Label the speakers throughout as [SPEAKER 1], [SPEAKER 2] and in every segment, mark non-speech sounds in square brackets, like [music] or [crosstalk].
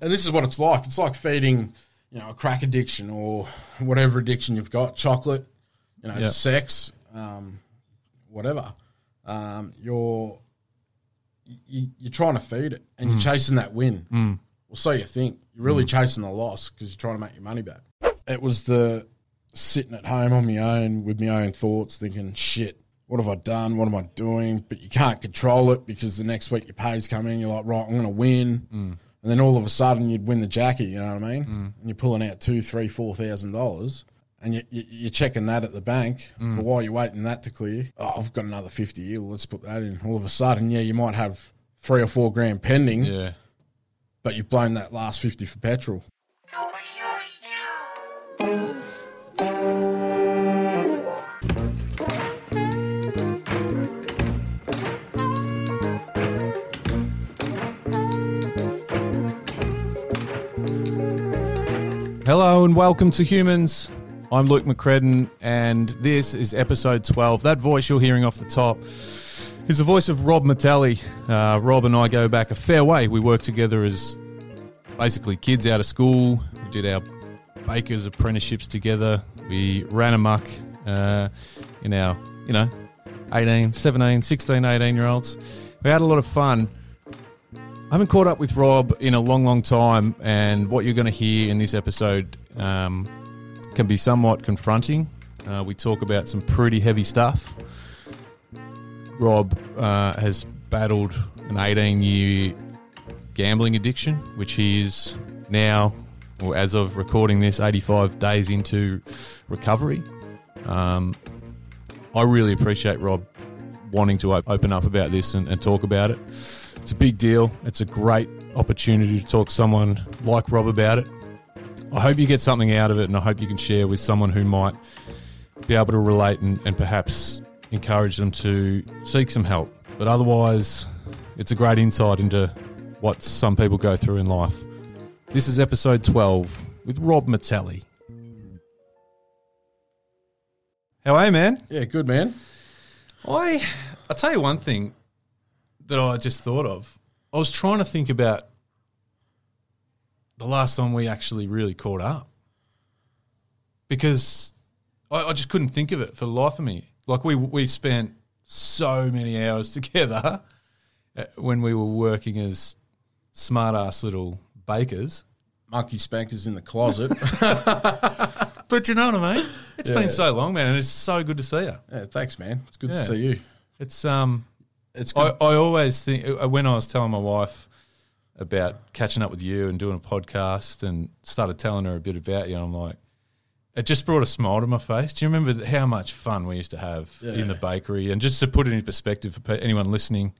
[SPEAKER 1] and this is what it's like. It's like feeding, you know, a crack addiction or whatever addiction you've got, chocolate, you know,
[SPEAKER 2] Yeah.
[SPEAKER 1] sex, um, whatever. Um, you're you, you're trying to feed it, and you're chasing that win. Well, so you think you're really chasing the loss because you're trying to make your money back. It was the sitting at home on my own with my own thoughts, thinking, shit, what have I done? What am I doing? But you can't control it because the next week your pay's coming. You're like, right, I'm going to win. And then all of a sudden you'd win the jacket, you know what I mean? And you're pulling out two, three, four thousand dollars. And you, you, you're checking that at the bank. But while you're waiting that to clear, oh, I've got another 50 here. Let's put that in. All of a sudden, yeah, you might have three or four grand pending,
[SPEAKER 2] Yeah.
[SPEAKER 1] but you've blown that last 50 for petrol.
[SPEAKER 2] Hello and welcome to Humans. I'm Luke McCredden, and this is episode 12. That voice you're hearing off the top is the voice of Rob Mattelli. Uh, Rob and I go back a fair way. We worked together as basically kids out of school. We did our baker's apprenticeships together. We ran amok uh, in our, you know, 18, 17, 16, 18 year olds. We had a lot of fun. I haven't caught up with Rob in a long, long time, and what you're going to hear in this episode um, can be somewhat confronting. Uh, we talk about some pretty heavy stuff. Rob uh, has battled an 18 year gambling addiction, which he is now, or as of recording this, 85 days into recovery. Um, I really appreciate Rob wanting to op- open up about this and, and talk about it. It's a big deal. It's a great opportunity to talk to someone like Rob about it. I hope you get something out of it and I hope you can share with someone who might be able to relate and, and perhaps encourage them to seek some help. But otherwise, it's a great insight into what some people go through in life. This is episode 12 with Rob Mattelli. How are you, man?
[SPEAKER 1] Yeah, good, man.
[SPEAKER 2] I I tell you one thing that I just thought of. I was trying to think about the last time we actually really caught up because I, I just couldn't think of it for the life of me. Like we we spent so many hours [laughs] together uh, when we were working as smart ass little bakers.
[SPEAKER 1] Monkey spankers in the closet.
[SPEAKER 2] But you know what I mean? It's
[SPEAKER 1] Yeah.
[SPEAKER 2] been so long, man, and it's so good to see you.
[SPEAKER 1] yeah, thanks, man. It's good
[SPEAKER 2] Yeah.
[SPEAKER 1] to see you.
[SPEAKER 2] It's um
[SPEAKER 1] It's good.
[SPEAKER 2] I, I always think uh, when I was telling my wife about catching up with you and doing a podcast and started telling her a bit about you, I'm like, it just brought a smile to my face. Do you remember th- how much fun we used to have in the bakery? And just to put it in perspective for pe- anyone listening,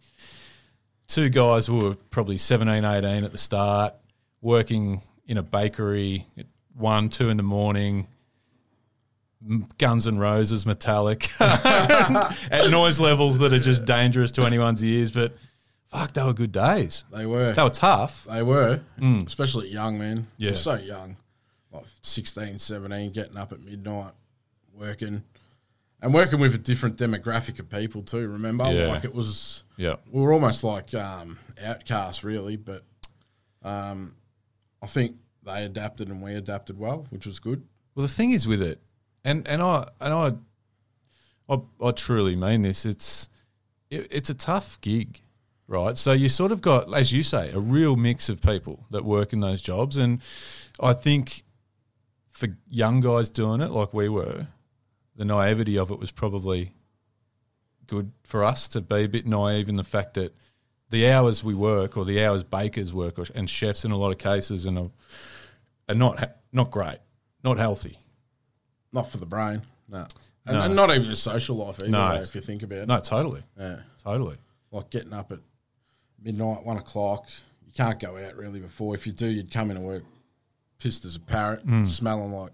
[SPEAKER 2] two guys who were probably 17, 18 at the start, working in a bakery at one, two in the morning. M- Guns and Roses, metallic, [laughs] at noise levels that are just dangerous to anyone's ears. But fuck, they were good days.
[SPEAKER 1] they were.
[SPEAKER 2] They were tough.
[SPEAKER 1] They were, especially young, man.
[SPEAKER 2] Mm. Yeah.
[SPEAKER 1] You're so young, like 16, 17, getting up at midnight, working, and working with a different demographic of people too. Remember,
[SPEAKER 2] Yeah.
[SPEAKER 1] like it was,
[SPEAKER 2] Yeah.
[SPEAKER 1] we were almost like um, outcasts, really. But um, I think they adapted and we adapted well, which was good.
[SPEAKER 2] Well, the thing is with it, and and I and I, I, I truly mean this. It's it, it's a tough gig, right? So you sort of got, as you say, a real mix of people that work in those jobs, and I think for young guys doing it like we were, the naivety of it was probably good for us to be a bit naive in the fact that the hours we work or the hours bakers work or, and chefs in a lot of cases and are, are not ha- not great, not healthy.
[SPEAKER 1] Not for the brain, no, and,
[SPEAKER 2] No.
[SPEAKER 1] and not even the social life either.
[SPEAKER 2] No.
[SPEAKER 1] though, if you think about it,
[SPEAKER 2] No, totally,
[SPEAKER 1] yeah.
[SPEAKER 2] totally.
[SPEAKER 1] like getting up at midnight, one o'clock. You can't go out really before. If you do, you'd come into work pissed as a parrot,
[SPEAKER 2] Mm.
[SPEAKER 1] smelling like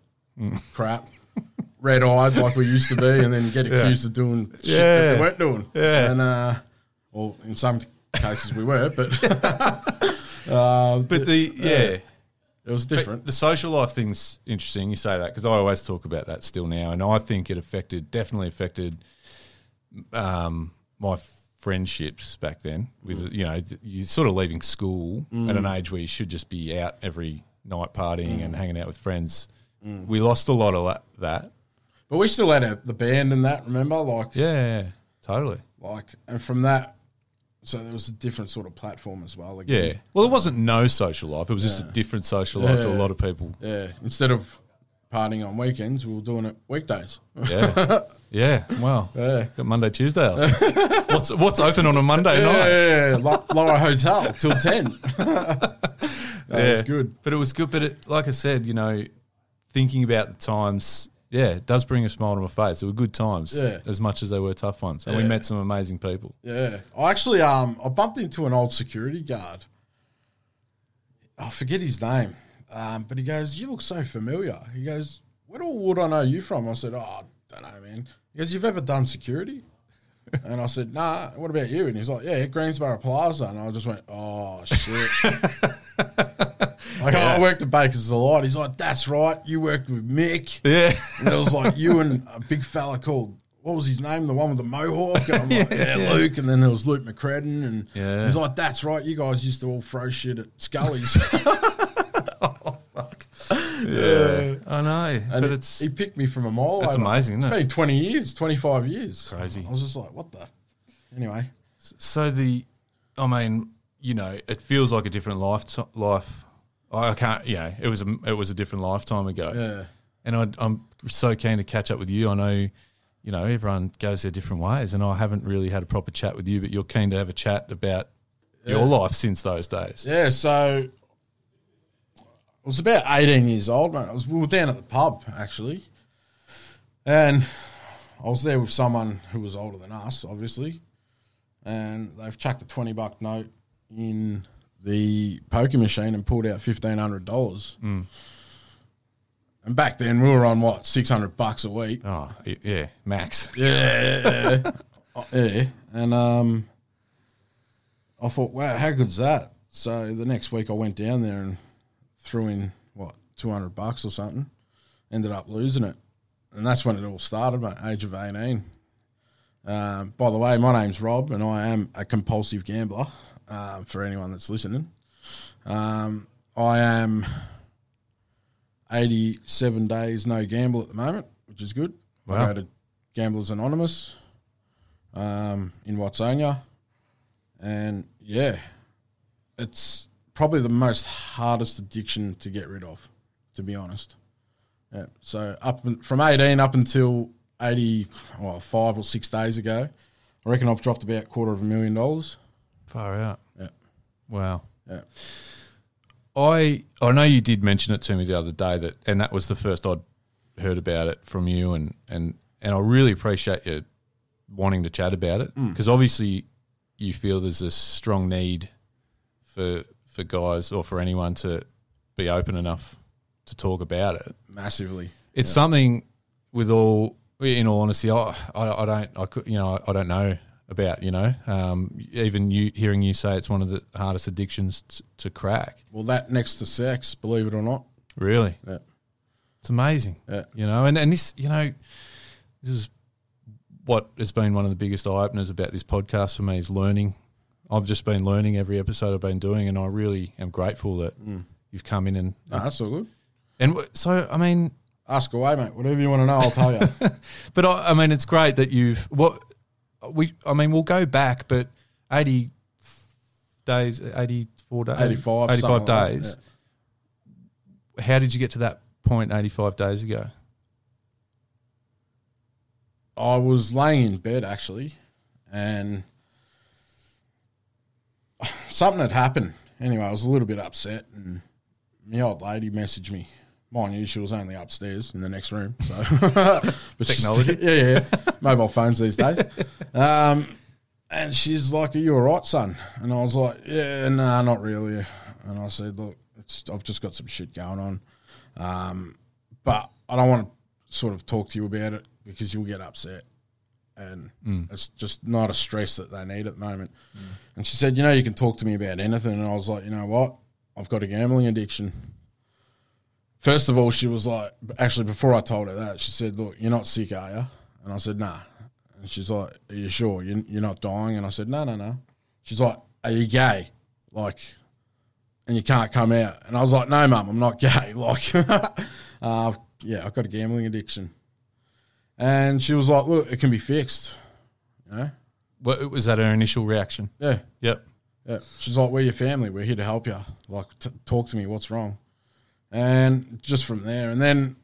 [SPEAKER 1] crap, [laughs] red eyed like we used to be, and then get accused of doing shit that
[SPEAKER 2] Yeah.
[SPEAKER 1] we weren't doing.
[SPEAKER 2] Yeah.
[SPEAKER 1] And, uh, well, in some cases we were, but [laughs]
[SPEAKER 2] But the yeah,
[SPEAKER 1] it was
[SPEAKER 2] but
[SPEAKER 1] different.
[SPEAKER 2] the social life thing's interesting. You say that because I always talk about that still now, and I think it affected, definitely affected, um, my friendships back then.
[SPEAKER 1] Mm.
[SPEAKER 2] With you know, th- you're sort of leaving school at an age where you should just be out every
[SPEAKER 1] Mm.
[SPEAKER 2] night partying and hanging out with friends. We lost a lot of that. that.
[SPEAKER 1] But we still had a, the band and that. Remember, like,
[SPEAKER 2] Yeah, totally.
[SPEAKER 1] like, and from that, so there was a different sort of platform as well.
[SPEAKER 2] Yeah.
[SPEAKER 1] Again.
[SPEAKER 2] Well, it wasn't no social life. It was just a different social life to a
[SPEAKER 1] Mm. Yeah.
[SPEAKER 2] lot of people.
[SPEAKER 1] Yeah, yeah. Instead of partying on weekends, we were doing it weekdays. [laughs]
[SPEAKER 2] Yeah. yeah. Wow.
[SPEAKER 1] Yeah.
[SPEAKER 2] Got Monday, Tuesday. off. [laughs] what's what's open on a Monday night?
[SPEAKER 1] Yeah, like Laura Hotel till ten. [laughs] that was good.
[SPEAKER 2] But it was good. But it, like I said, you know, thinking about the times, yeah, it does bring a smile to my face. They were good times,
[SPEAKER 1] Yeah.
[SPEAKER 2] as much as they were tough ones. And we
[SPEAKER 1] Yeah.
[SPEAKER 2] met some amazing people.
[SPEAKER 1] Yeah, I actually um I bumped into an old security guard. I forget his name, um, but he goes, "You look so familiar." He goes, "Where do- would I know you from?" I said, "Oh, I don't know, man." He goes, "You've ever done [laughs] security?" And I said, "Nah." What about you? And he's like, "Yeah, Greensboro Plaza." And I just went, "Oh [laughs] shit!" like "Oh, I worked at Baker's a lot. He's like, "That's right, you worked with Mick."
[SPEAKER 2] Yeah.
[SPEAKER 1] And it was like you and a big fella called what was his name? The one with the mohawk. And I'm
[SPEAKER 2] [laughs]
[SPEAKER 1] like, yeah, Luke. And then there was Luke McCredden. And
[SPEAKER 2] Yeah.
[SPEAKER 1] he's like, that's right. You guys used to all throw shit at
[SPEAKER 2] [laughs]
[SPEAKER 1] Scully's.
[SPEAKER 2] [laughs] Yeah. I know.
[SPEAKER 1] and
[SPEAKER 2] but it's.
[SPEAKER 1] he picked me from a mile.
[SPEAKER 2] That's
[SPEAKER 1] over.
[SPEAKER 2] amazing, isn't
[SPEAKER 1] It's been
[SPEAKER 2] it?
[SPEAKER 1] 20 years, 25 years.
[SPEAKER 2] Crazy.
[SPEAKER 1] I was just like, what the? Anyway.
[SPEAKER 2] So the, I mean, you know, it feels like a different life. Life, I I can't. You know, it was a it was a different lifetime ago.
[SPEAKER 1] Yeah.
[SPEAKER 2] And I, I'm so keen to catch up with you. I know, you know, everyone goes their different ways, and I haven't really had a proper chat with you, but you're keen to have a chat about your life since those days.
[SPEAKER 1] Yeah, so I was about 18 years old, mate. I was, we were down at the pub, actually. And I was there with someone who was older than us, obviously. And they've chucked a 20 buck note in the poker machine and pulled out $1,500. And back then, we were on what, 600 bucks a week?
[SPEAKER 2] Oh, y- yeah,
[SPEAKER 1] [laughs]
[SPEAKER 2] Max.
[SPEAKER 1] Yeah. yeah. And um, I thought, wow, how good's that? So the next week I went down there and threw in, what, 200 bucks or something. Ended up losing it. And that's when it all started, mate, age of 18. Uh, by the way, my name's Rob and I am a compulsive gambler um, for anyone that's listening. Um, I am 87 days no gamble at the moment, which is good.
[SPEAKER 2] Wow.
[SPEAKER 1] I go to Gamblers Anonymous um, in Watsonia. And yeah, it's probably the most hardest addiction to get rid of, to be honest. Yeah. So up in- from 18 up until 80, well, five or six days ago, I reckon I've dropped about quarter of a million dollars.
[SPEAKER 2] Far out.
[SPEAKER 1] Yeah.
[SPEAKER 2] Wow.
[SPEAKER 1] Yeah.
[SPEAKER 2] I I know you did mention it to me the other day that, and that was the first I'd heard about it from you, and and and I really appreciate you wanting to chat about it
[SPEAKER 1] Mm.
[SPEAKER 2] because obviously you feel there's a strong need for for guys or for anyone to be open enough to talk about it
[SPEAKER 1] Massively.
[SPEAKER 2] it's something with all in all honesty I, I, I don't I could you know I, I don't know about you know um, even you hearing you say it's one of the hardest addictions t- to crack
[SPEAKER 1] Well, that next to sex, believe it or not.
[SPEAKER 2] really
[SPEAKER 1] Yeah.
[SPEAKER 2] it's amazing
[SPEAKER 1] Yeah.
[SPEAKER 2] you know and and this you know this is what has been one of the biggest eye openers about this podcast for me is learning I've just been learning every episode I've been doing and I really am grateful that
[SPEAKER 1] Mm.
[SPEAKER 2] you've come in and
[SPEAKER 1] No, that's all good.
[SPEAKER 2] and w- so I mean
[SPEAKER 1] Ask away, mate. Whatever you want to know, I'll tell you.
[SPEAKER 2] But I, I mean, it's great that you've what we. I mean, we'll go back, but eighty days, eighty-four days,
[SPEAKER 1] 85,
[SPEAKER 2] 85
[SPEAKER 1] something like that,
[SPEAKER 2] days. How did you get to that point eighty-five days ago?
[SPEAKER 1] I was laying in bed actually, and something had happened. Anyway, I was a little bit upset, and my old lady messaged me. Mind you, she was only upstairs in the next room. So. [laughs] but she's-
[SPEAKER 2] Technology.
[SPEAKER 1] [laughs] yeah, yeah, mobile phones these days. Um, and she's like, "Are you all right, son?" And I was like, "Yeah, no, nah, not really." And I said, "Look, it's, I've just got some shit going on, um, but I don't want to sort of talk to you about it because you'll get upset, and it's just not a stress that they need at the moment." And she said, "You know, you can talk to me about anything." And I was like, "You know what? I've got a gambling addiction." First of all, she was like, actually, before I told her that, she said, "Look, you're not sick, are you?" And I said, "Nah." And she's like, Are you sure you're, you're not dying? And I said, No, no, no. She's like, Are you gay? Like, and you can't come out. And I was like, No, mum, I'm not gay. [laughs] Like, uh, yeah, I've got a gambling addiction. And she was like, Look, it can be fixed. You know?
[SPEAKER 2] What, was that her initial reaction?
[SPEAKER 1] Yeah.
[SPEAKER 2] Yep.
[SPEAKER 1] Yeah. She's like, We're your family. We're here to help you. Like, t- talk to me. What's wrong? And just from there. And then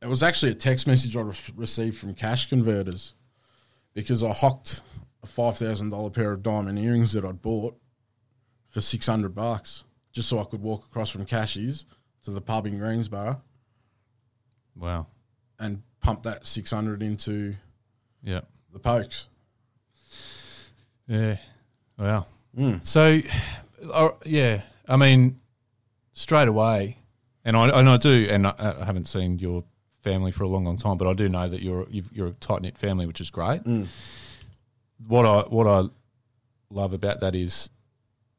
[SPEAKER 1] it was actually a text message I re- received from Cash Converters because I hocked a $5,000 pair of diamond earrings that I'd bought for 600 bucks just so I could walk across from Cashies to the pub in Greensboro
[SPEAKER 2] Wow.
[SPEAKER 1] and pump that 600 into
[SPEAKER 2] Yeah.
[SPEAKER 1] the pokes.
[SPEAKER 2] Yeah. Wow.
[SPEAKER 1] Mm.
[SPEAKER 2] So, uh, yeah, I mean, straight away, and I and I do, and I, I haven't seen your family for a long, long time, but I do know that you're you've, you're a tight knit family, which is great.
[SPEAKER 1] Mm.
[SPEAKER 2] What I what I love about that is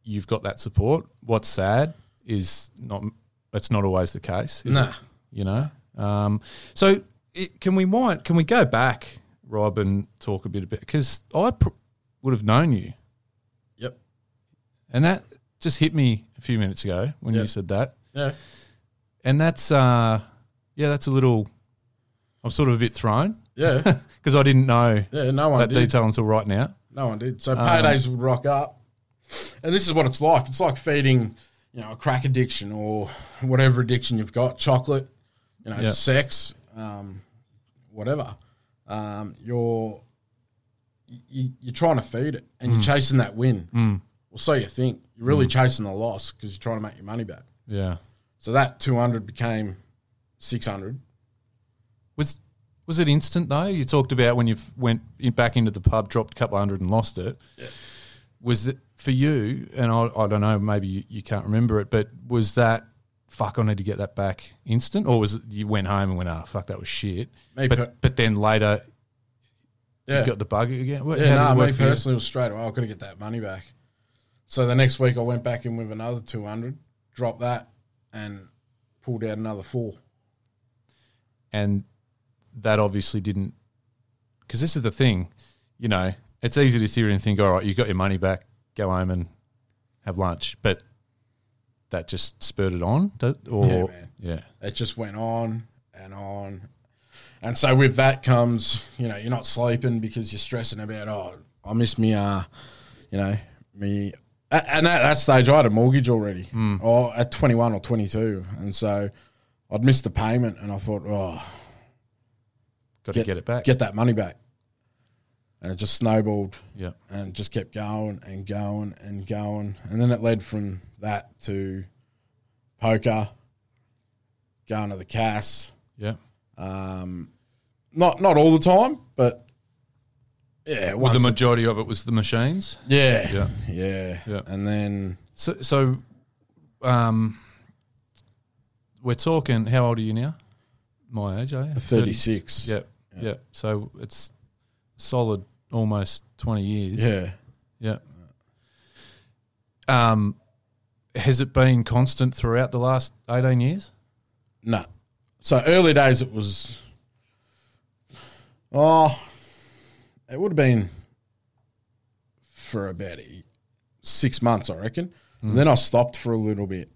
[SPEAKER 2] you've got that support. What's sad is not that's not always the case. Is
[SPEAKER 1] Nah.
[SPEAKER 2] it? you know. Um, so it, can we might can we go back, Rob, and talk a bit about because I pr- would have known you
[SPEAKER 1] Yep.
[SPEAKER 2] and that just hit me a few minutes ago when
[SPEAKER 1] Yeah.
[SPEAKER 2] you said that.
[SPEAKER 1] Yeah.
[SPEAKER 2] And that's, uh, yeah, that's a little, I'm sort of a bit thrown
[SPEAKER 1] [laughs] Yeah.
[SPEAKER 2] because I didn't know
[SPEAKER 1] Yeah. No one
[SPEAKER 2] that
[SPEAKER 1] did.
[SPEAKER 2] detail until right now.
[SPEAKER 1] No one did. So paydays would rock up. And this is what it's like. It's like feeding, you know, a crack addiction or whatever addiction you've got, chocolate, you know,
[SPEAKER 2] Yeah.
[SPEAKER 1] sex, um, whatever. Um, you're you, you're trying to feed it and you're chasing that win. Mm. Well, so you think. You're really chasing the loss because you're trying to make your money back.
[SPEAKER 2] Yeah.
[SPEAKER 1] So that 200 became 600.
[SPEAKER 2] Was, was it instant though? You talked about when you f- went in, back into the pub, dropped a couple hundred and lost it. Was it for you? And I, I don't know, maybe you, you can't remember it, but was that, fuck, I need to get that back instant? Or was it you went home and went, ah, fuck, that was shit.
[SPEAKER 1] Me per-
[SPEAKER 2] But, but then later
[SPEAKER 1] Yeah.
[SPEAKER 2] You got the bug again? What-
[SPEAKER 1] Yeah,
[SPEAKER 2] how did
[SPEAKER 1] no,
[SPEAKER 2] it
[SPEAKER 1] nah,
[SPEAKER 2] work
[SPEAKER 1] me
[SPEAKER 2] for you?
[SPEAKER 1] personally was straight away. I've got to get that money back. So the next week I went back in with another 200, dropped that, and pulled out another four.
[SPEAKER 2] And that obviously didn't, because this is the thing, you know, it's easy to sit here and think, all right, you got your money back, go home and have lunch. But that just spurred it on, d- or
[SPEAKER 1] Yeah, man.
[SPEAKER 2] yeah.
[SPEAKER 1] It just went on and on. And so with that comes, you know, you're not sleeping because you're stressing about, oh, I miss me, uh, you know, me. a- And at that stage, I had a mortgage already,
[SPEAKER 2] Hmm.
[SPEAKER 1] or at 21 or 22, and so I'd missed the payment, and I thought, oh,
[SPEAKER 2] got to get it back.
[SPEAKER 1] get that money back, and it just snowballed.
[SPEAKER 2] yeah,
[SPEAKER 1] and just kept going and going and going. And then it led from that to poker, going to the Cass.
[SPEAKER 2] yeah.
[SPEAKER 1] Um, not not all the time, but yeah,
[SPEAKER 2] Well,
[SPEAKER 1] once
[SPEAKER 2] the
[SPEAKER 1] a-
[SPEAKER 2] majority of it was the machines.
[SPEAKER 1] yeah,
[SPEAKER 2] Yeah.
[SPEAKER 1] yeah, [laughs] yeah,
[SPEAKER 2] Yeah.
[SPEAKER 1] And then
[SPEAKER 2] So, so, um, we're talking. How old are you now? My age, are you?
[SPEAKER 1] thirty six.
[SPEAKER 2] Yeah, yeah. So it's solid, almost twenty years.
[SPEAKER 1] yeah.
[SPEAKER 2] Yeah. Um, has it been constant throughout the last eighteen years?
[SPEAKER 1] No. So early days, it was. Oh, it would have been for about a- six months, I reckon. And then I stopped for a little bit.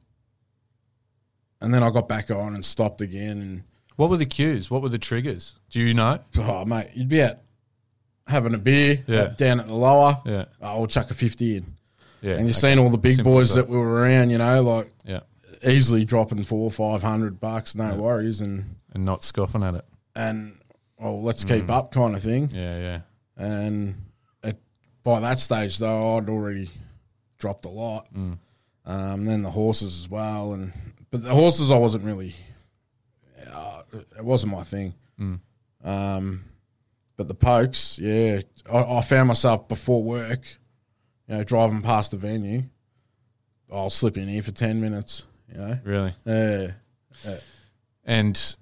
[SPEAKER 1] And then I got back on and stopped again.
[SPEAKER 2] What were the cues? What were the triggers? Do you know?
[SPEAKER 1] And, oh, mate, you'd be out having a beer
[SPEAKER 2] Yeah.
[SPEAKER 1] at- down at the lower.
[SPEAKER 2] Yeah,
[SPEAKER 1] Oh, we'll chuck a 50 in.
[SPEAKER 2] yeah.
[SPEAKER 1] And you've
[SPEAKER 2] okay.
[SPEAKER 1] seen all the big
[SPEAKER 2] Simple
[SPEAKER 1] boys
[SPEAKER 2] as
[SPEAKER 1] that were around, you know, like
[SPEAKER 2] yeah,
[SPEAKER 1] easily dropping four or 500 bucks, no worries. And
[SPEAKER 2] and not scoffing at it.
[SPEAKER 1] and oh, let's keep up kind of thing.
[SPEAKER 2] Yeah, yeah,
[SPEAKER 1] And at, by that stage, though, I'd already dropped a lot. Um, then the horses as well, and but the horses I wasn't really, uh, it wasn't my thing. Um, but the pokes, yeah, I, I found myself before work, you know, driving past the venue. I'll slip in here for ten minutes, you know. Uh,
[SPEAKER 2] really.
[SPEAKER 1] Yeah.
[SPEAKER 2] And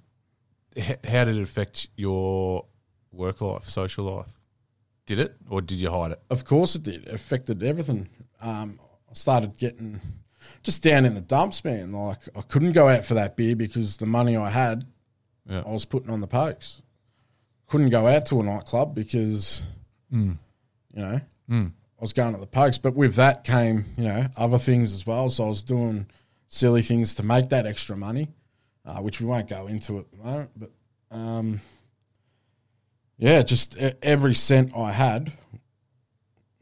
[SPEAKER 2] h- how did it affect your work life, social life? Did it, or did you hide it?
[SPEAKER 1] Of course it did. It affected everything. Um, I started getting just down in the dumps, man. Like I couldn't go out for that beer because the money I had,
[SPEAKER 2] Yeah.
[SPEAKER 1] I was putting on the pokes. couldn't go out to a nightclub because, you know, I was going at the pokes. But with that came, you know, other things as well. So I was doing silly things to make that extra money, uh, which we won't go into at the moment. But um, yeah, just e- every cent I had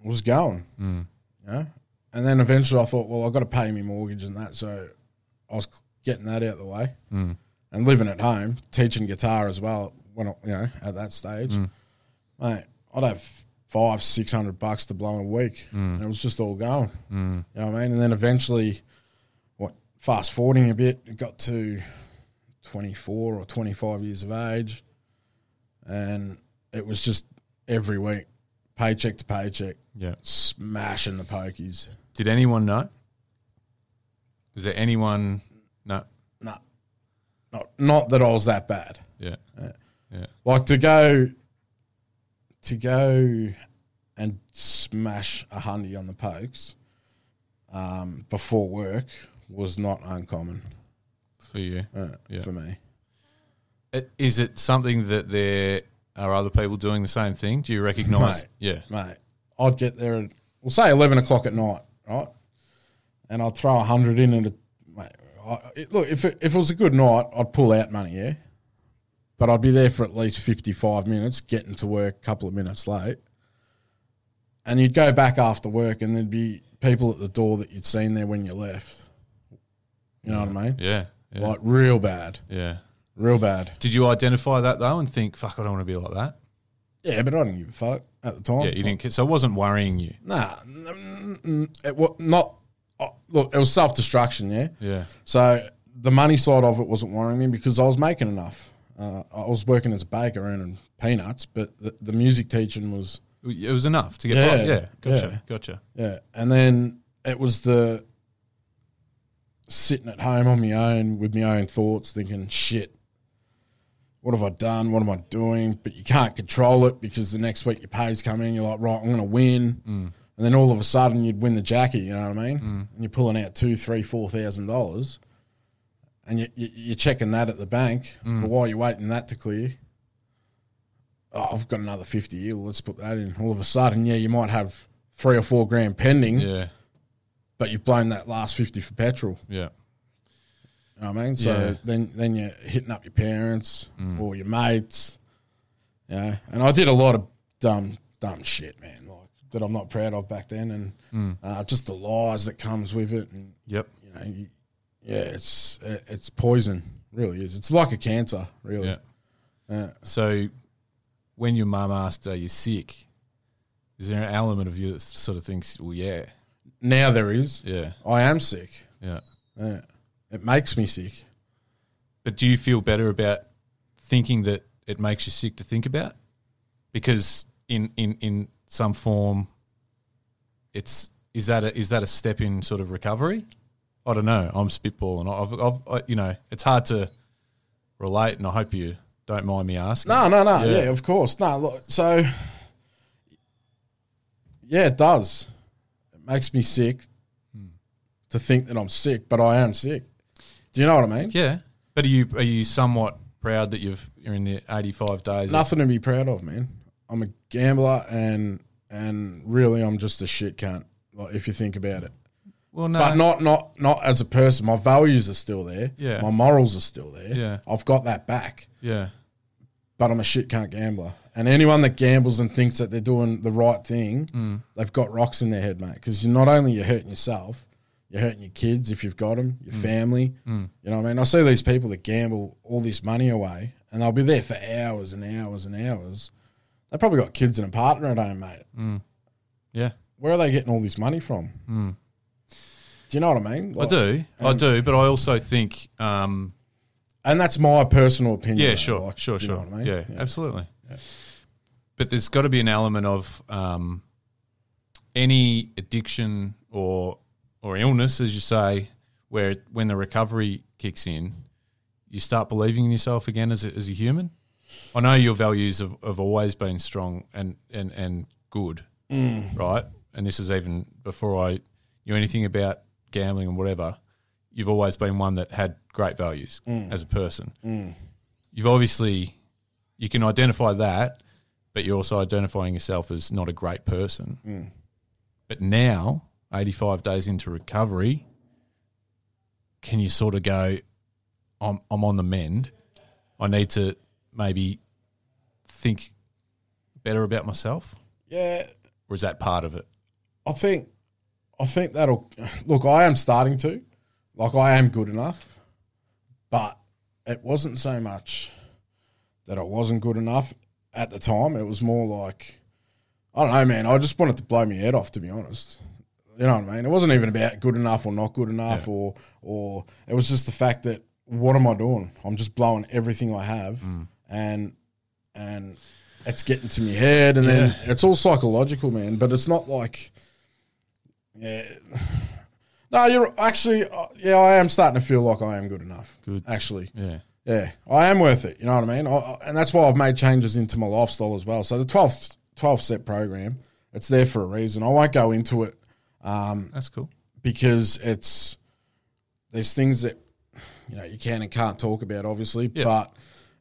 [SPEAKER 1] was going. You know? And then eventually I thought, well, I've got to pay my mortgage and that. So I was getting that out of the way and living at home, teaching guitar as well. When I, you know at that stage, mate, I'd have five, six hundred bucks to blow in a week, and it was just all going. Mm. You know what I mean? And then eventually, what? Fast forwarding a bit, it got to twenty four or twenty five years of age, and it was just every week, paycheck to paycheck,
[SPEAKER 2] Yeah.
[SPEAKER 1] smashing the pokies.
[SPEAKER 2] Did anyone know? Was there anyone? No.
[SPEAKER 1] No, not not that I was that bad.
[SPEAKER 2] Yeah. Yeah.
[SPEAKER 1] Like to go, to go, and smash a hundy on the pokes um, before work was not uncommon
[SPEAKER 2] For you.
[SPEAKER 1] uh,
[SPEAKER 2] Yeah.
[SPEAKER 1] for me.
[SPEAKER 2] I- Is it something that there are other people doing the same thing? Do you recognize?
[SPEAKER 1] Mate.
[SPEAKER 2] Yeah.
[SPEAKER 1] mate. I'd get there at we'll say eleven o'clock at night, right? And I'd throw a hundred in, and it, mate, I, it, look if it, if it was a good night, I'd pull out money, yeah. But I'd be there for at least fifty five minutes, getting to work a couple of minutes late, and you'd go back after work, and there'd be people at the door that you'd seen there when you left. You know what I mean?
[SPEAKER 2] Yeah. Yeah.
[SPEAKER 1] Like real bad,
[SPEAKER 2] yeah.
[SPEAKER 1] real bad.
[SPEAKER 2] Did you identify that though and think, fuck, I don't want to be like that?
[SPEAKER 1] Yeah, but I didn't give a fuck at the time.
[SPEAKER 2] Yeah, you didn't. ca- So it wasn't worrying you.
[SPEAKER 1] Nah, n- n- n- it was not. oh, Look, it was self destruction, yeah.
[SPEAKER 2] Yeah.
[SPEAKER 1] So the money side of it wasn't worrying me because I was making enough. Uh, I was working as a baker earning peanuts, but the, the music teaching was
[SPEAKER 2] It was enough to get
[SPEAKER 1] Yeah,
[SPEAKER 2] by. Yeah. Gotcha.
[SPEAKER 1] yeah.
[SPEAKER 2] Gotcha.
[SPEAKER 1] yeah. And then it was the sitting at home on my own with my own thoughts, thinking, shit, what have I done? What am I doing? But you can't control it because the next week your pay's come in. You're like, right, I'm going to win. And then all of a sudden you'd win the jacket. You know what I mean? And you're pulling out two, three, four thousand dollars, and you, you, you're checking that at the bank. But while you're waiting that to clear, oh, I've got another fifty year. Let's put that in. All of a sudden, yeah, you might have three or four grand pending,
[SPEAKER 2] Yeah.
[SPEAKER 1] but you've blown that last fifty for petrol.
[SPEAKER 2] Yeah.
[SPEAKER 1] You know what I mean? So
[SPEAKER 2] Yeah. Mm.
[SPEAKER 1] then then you're hitting up your parents or your mates. Yeah. And I did a lot of dumb dumb shit, man, like that I'm not proud of back then and
[SPEAKER 2] Mm.
[SPEAKER 1] uh, just the lies that comes with it and
[SPEAKER 2] Yep.
[SPEAKER 1] you know, you, yeah, it's it- it's poison, really is. It's like a cancer, really.
[SPEAKER 2] Yeah.
[SPEAKER 1] Yeah.
[SPEAKER 2] So when your mum asked, Are you sick? Is there an element of you that sort of thinks, Well, yeah.
[SPEAKER 1] Now there is.
[SPEAKER 2] Yeah.
[SPEAKER 1] I am sick.
[SPEAKER 2] Yeah.
[SPEAKER 1] Yeah. It makes me sick.
[SPEAKER 2] But do you feel better about thinking that it makes you sick to think about? Because in in in some form, it's is that a, is that a step in sort of recovery? I don't know. I'm spitballing. I've, I've I, you know it's hard to relate, and I hope you don't mind me asking.
[SPEAKER 1] No, no, no.
[SPEAKER 2] Yeah.
[SPEAKER 1] Yeah, of course. No, look, so yeah, it does. It makes me sick
[SPEAKER 2] Hmm.
[SPEAKER 1] to think that I'm sick, but I am sick. Do you know what I mean?
[SPEAKER 2] Yeah, but are you are you somewhat proud that you've you're in the 85 days? of-
[SPEAKER 1] Nothing to be proud of, man. I'm a gambler, and and really, I'm just a shit cunt. Like if you think about it,
[SPEAKER 2] well, no,
[SPEAKER 1] but not not not as a person. My values are still there.
[SPEAKER 2] Yeah.
[SPEAKER 1] my morals are still there.
[SPEAKER 2] Yeah.
[SPEAKER 1] I've got that back.
[SPEAKER 2] yeah,
[SPEAKER 1] but I'm a shit cunt gambler. And anyone that gambles and thinks that they're doing the right thing,
[SPEAKER 2] Mm.
[SPEAKER 1] they've got rocks in their head, mate. Because you're not only you're hurting yourself, you're hurting your kids if you've got them, your
[SPEAKER 2] Mm.
[SPEAKER 1] family. You know what I mean? I see these people that gamble all this money away, and they'll be there for hours and hours and hours. They probably got kids and a partner at home, mate.
[SPEAKER 2] Mm. yeah.
[SPEAKER 1] Where are they getting all this money from? Do you know what I mean?
[SPEAKER 2] Mm. I
[SPEAKER 1] Like-
[SPEAKER 2] do,
[SPEAKER 1] um,
[SPEAKER 2] I do, but I also think, um,
[SPEAKER 1] and that's my personal opinion.
[SPEAKER 2] yeah,
[SPEAKER 1] though,
[SPEAKER 2] sure,
[SPEAKER 1] like,
[SPEAKER 2] sure,
[SPEAKER 1] do
[SPEAKER 2] sure,
[SPEAKER 1] You know what I mean?
[SPEAKER 2] yeah, absolutely. But there's got to be an element of um, any addiction or or illness, as you say, where when the recovery kicks in, you start believing in yourself again as a, as a human. I know your values have, have always been strong and and and good,
[SPEAKER 1] Mm.
[SPEAKER 2] right? And this is even before I knew anything about gambling and whatever. You've
[SPEAKER 1] Mm.
[SPEAKER 2] always been one that had great values as a person. You've obviously you can identify that, but you're also identifying yourself as not a great person. But now, 85 days into recovery, can you sort of go, I'm, I'm on the mend? I need to maybe think better about myself?
[SPEAKER 1] Yeah,
[SPEAKER 2] Or is that part of it?
[SPEAKER 1] I think, I think that'll [sighs] look. I am starting to, like, I am good enough, but it wasn't so much that I wasn't good enough at the time. It was more like, I don't know, man. I just wanted to blow my head off, to be honest. You know what I mean? It wasn't even about good enough or not good enough, or or it was just the fact that what am I doing? I'm just blowing everything I have, and and it's getting to my head, and then it's all psychological, man. But it's not like, yeah. [sighs] No, you're actually, uh, yeah, I am starting to feel like I am good enough.
[SPEAKER 2] Good.
[SPEAKER 1] Actually,
[SPEAKER 2] Yeah.
[SPEAKER 1] yeah, I am worth it. You know what I mean? I- I, and that's why I've made changes into my lifestyle as well. So the 12th, 12 step program, it's there for a reason. I won't go into it
[SPEAKER 2] That's cool.
[SPEAKER 1] because it's, there's things that, you know, you can and can't talk about, obviously,
[SPEAKER 2] Yeah.
[SPEAKER 1] but,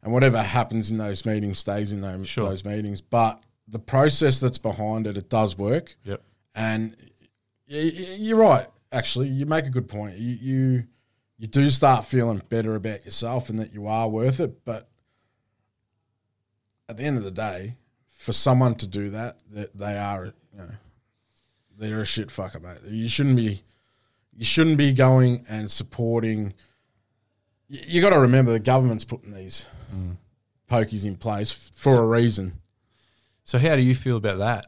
[SPEAKER 1] and whatever happens in those meetings stays in those,
[SPEAKER 2] Sure.
[SPEAKER 1] those meetings. But the process that's behind it, it does work.
[SPEAKER 2] Yep.
[SPEAKER 1] And y- y- you're right. Actually, you make a good point. You, you you do start feeling better about yourself and that you are worth it. But at the end of the day, for someone to do that, that they are you know they're a shit fucker, mate. You shouldn't be you shouldn't be going and supporting. You, you got to remember the government's putting these pokies in place f- for a reason.
[SPEAKER 2] So how do you feel about that?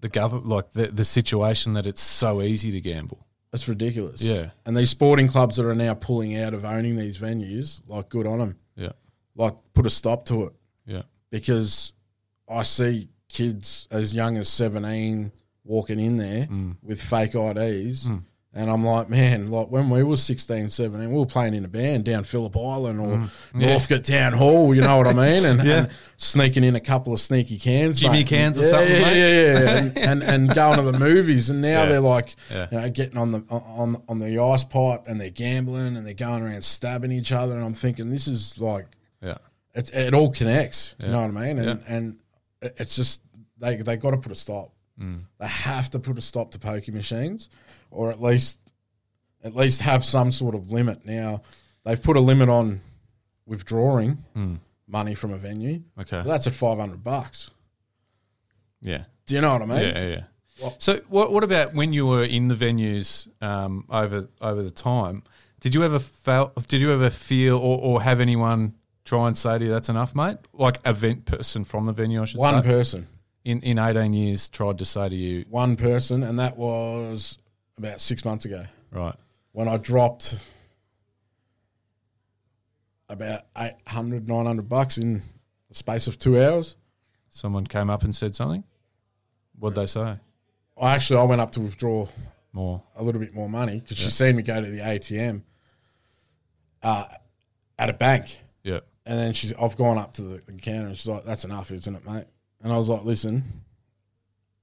[SPEAKER 2] The government, like the, the situation that it's so easy to gamble.
[SPEAKER 1] That's ridiculous.
[SPEAKER 2] Yeah.
[SPEAKER 1] And these sporting clubs that are now pulling out of owning these venues, like, good on them.
[SPEAKER 2] Yeah.
[SPEAKER 1] Like, put a stop to it
[SPEAKER 2] Yeah.
[SPEAKER 1] because I see kids as young as 17 walking in there
[SPEAKER 2] Mm.
[SPEAKER 1] with fake IDs. And I'm like, man, like when we were 16, 17, we were playing in a band down Phillip Island or Northcote Town Hall, you know what I mean? And,
[SPEAKER 2] Mm. [laughs] Yeah.
[SPEAKER 1] and sneaking in a couple of sneaky cans.
[SPEAKER 2] Jimmy
[SPEAKER 1] mate.
[SPEAKER 2] cans or
[SPEAKER 1] Yeah,
[SPEAKER 2] something,
[SPEAKER 1] Yeah,
[SPEAKER 2] mate.
[SPEAKER 1] yeah, yeah,
[SPEAKER 2] [laughs]
[SPEAKER 1] and, and, and going to the movies. And now
[SPEAKER 2] Yeah.
[SPEAKER 1] they're like,
[SPEAKER 2] Yeah.
[SPEAKER 1] you know, getting on the on on the ice pipe and they're gambling and they're going around stabbing each other. And I'm thinking, this is like
[SPEAKER 2] Yeah.
[SPEAKER 1] it, it all connects.
[SPEAKER 2] Yeah.
[SPEAKER 1] You know what I mean? And and it- it's just they they got to put a stop.
[SPEAKER 2] Mm.
[SPEAKER 1] They have to put a stop to pokey machines, or at least at least have some sort of limit. Now they've put a limit on withdrawing
[SPEAKER 2] Mm.
[SPEAKER 1] money from a venue.
[SPEAKER 2] Okay.
[SPEAKER 1] Well, that's at five hundred bucks.
[SPEAKER 2] Yeah.
[SPEAKER 1] Do you know what I mean?
[SPEAKER 2] Yeah. Yeah. yeah. So what what about when you were in the venues um, over over the time? Did you ever felt? Did you ever feel or, or have anyone try and say to you, "That's enough, mate"? Like event person from the venue, I should
[SPEAKER 1] One
[SPEAKER 2] say.
[SPEAKER 1] person,
[SPEAKER 2] in in eighteen years, tried to say to you,
[SPEAKER 1] one person, and that was about six months ago.
[SPEAKER 2] "Right,
[SPEAKER 1] when I dropped about 800, 900 bucks in the space of two hours.
[SPEAKER 2] someone came up and said something." What'd they say?
[SPEAKER 1] I actually I went up to withdraw
[SPEAKER 2] More.
[SPEAKER 1] a little bit more money because she seen me go to the ATM uh, at a bank,
[SPEAKER 2] Yeah.
[SPEAKER 1] and then she's I've gone up to the, the counter and she's like, "That's enough, isn't it, mate?" And I was like, "Listen,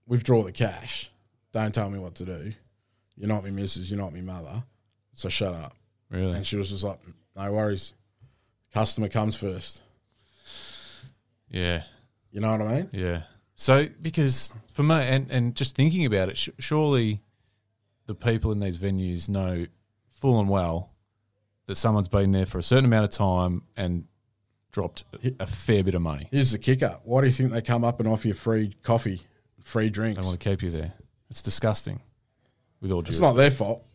[SPEAKER 1] withdraw the cash. Don't tell me what to do. You're not my missus. You're not my mother. So shut up."
[SPEAKER 2] Really.
[SPEAKER 1] And she was just like, no worries. Customer comes first.
[SPEAKER 2] Yeah.
[SPEAKER 1] You know what I mean?
[SPEAKER 2] Yeah. So because for me, and and just thinking about it, sh- surely the people in these venues know full and well that someone's been there for a certain amount of time and dropped a- a fair bit of money.
[SPEAKER 1] Here's the kicker. Why do you think they come up and offer you free coffee, free
[SPEAKER 2] They
[SPEAKER 1] drinks?
[SPEAKER 2] want to keep you there. It's disgusting. With all due
[SPEAKER 1] It's
[SPEAKER 2] respect.
[SPEAKER 1] not their fault.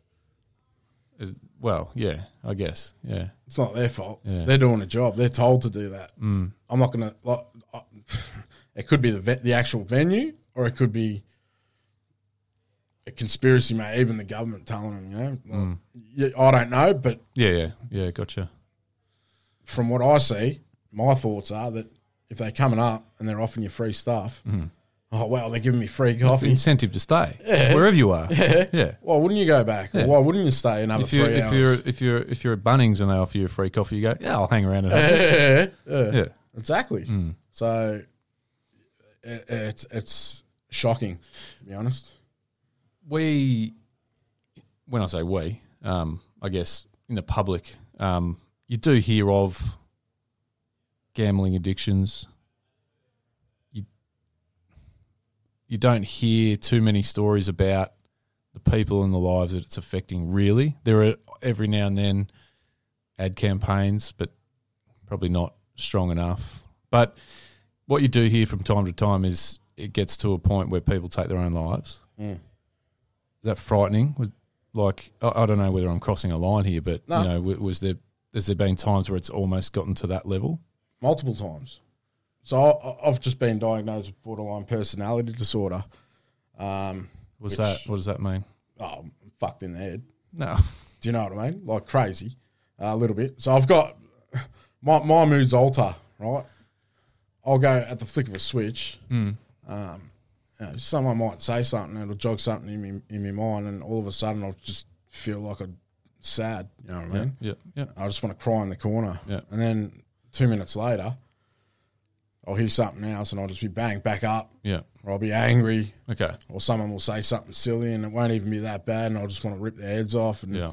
[SPEAKER 2] Is- well, yeah, I guess, yeah,
[SPEAKER 1] It's not their fault.
[SPEAKER 2] Yeah.
[SPEAKER 1] They're doing a job. They're told to do that. Mm. I'm not going to. Like, I- [sighs] it could be the ve- the actual venue, or it could be a conspiracy, mate. Even the government telling them, you know. Like,
[SPEAKER 2] Mm.
[SPEAKER 1] yeah, I don't know, but
[SPEAKER 2] yeah, yeah, yeah. Gotcha.
[SPEAKER 1] from what I see, my thoughts are that if they're coming up and they're offering you free stuff, oh well, they're giving me free
[SPEAKER 2] Mm. It's the
[SPEAKER 1] coffee.
[SPEAKER 2] incentive to stay wherever you are. Yeah, yeah.
[SPEAKER 1] Why wouldn't you go back? Or Why wouldn't you stay another
[SPEAKER 2] If you
[SPEAKER 1] three
[SPEAKER 2] if
[SPEAKER 1] hours?
[SPEAKER 2] you're if you're if you're at Bunnings and they offer you a free coffee, you go, yeah, I'll hang around and have it.
[SPEAKER 1] [laughs] yeah, yeah,
[SPEAKER 2] Yeah. Hmm.
[SPEAKER 1] exactly. So it, it's it's shocking, to be honest.
[SPEAKER 2] we when I say we, um, I guess in the public, um, you do hear of gambling addictions, you you don't hear too many stories about the people and the lives that it's affecting. Really, there are every now and then ad campaigns, but probably not strong enough. But what you do hear from time to time is it gets to a point where people take their own lives.
[SPEAKER 1] Mm.
[SPEAKER 2] That frightening was like I, I don't know whether I'm crossing a line here, but
[SPEAKER 1] No.
[SPEAKER 2] you know, w- was there has there been times where it's almost gotten to that level?
[SPEAKER 1] multiple times. So I, I've just been diagnosed with borderline personality disorder. Um,
[SPEAKER 2] Was
[SPEAKER 1] Which-
[SPEAKER 2] that what does that mean?
[SPEAKER 1] oh, I'm fucked in the head.
[SPEAKER 2] No,
[SPEAKER 1] Do you know what I mean? Like crazy, uh, a little bit. So I've got my my moods alter, right? I'll go at the flick of a switch.
[SPEAKER 2] Hmm.
[SPEAKER 1] Um, you know, someone might say something, it'll jog something in me, in my mind, and all of a sudden I'll just feel like I'm sad. You know what I mean?
[SPEAKER 2] [laughs] yeah, yeah,
[SPEAKER 1] I just want to cry in the corner.
[SPEAKER 2] Yeah.
[SPEAKER 1] And then two minutes later, I'll hear something else, and I'll just be bang back up,
[SPEAKER 2] yeah.
[SPEAKER 1] or I'll be angry,
[SPEAKER 2] Okay,
[SPEAKER 1] or someone will say something silly, and it won't even be that bad, and I'll just want to rip their heads off, and
[SPEAKER 2] yeah,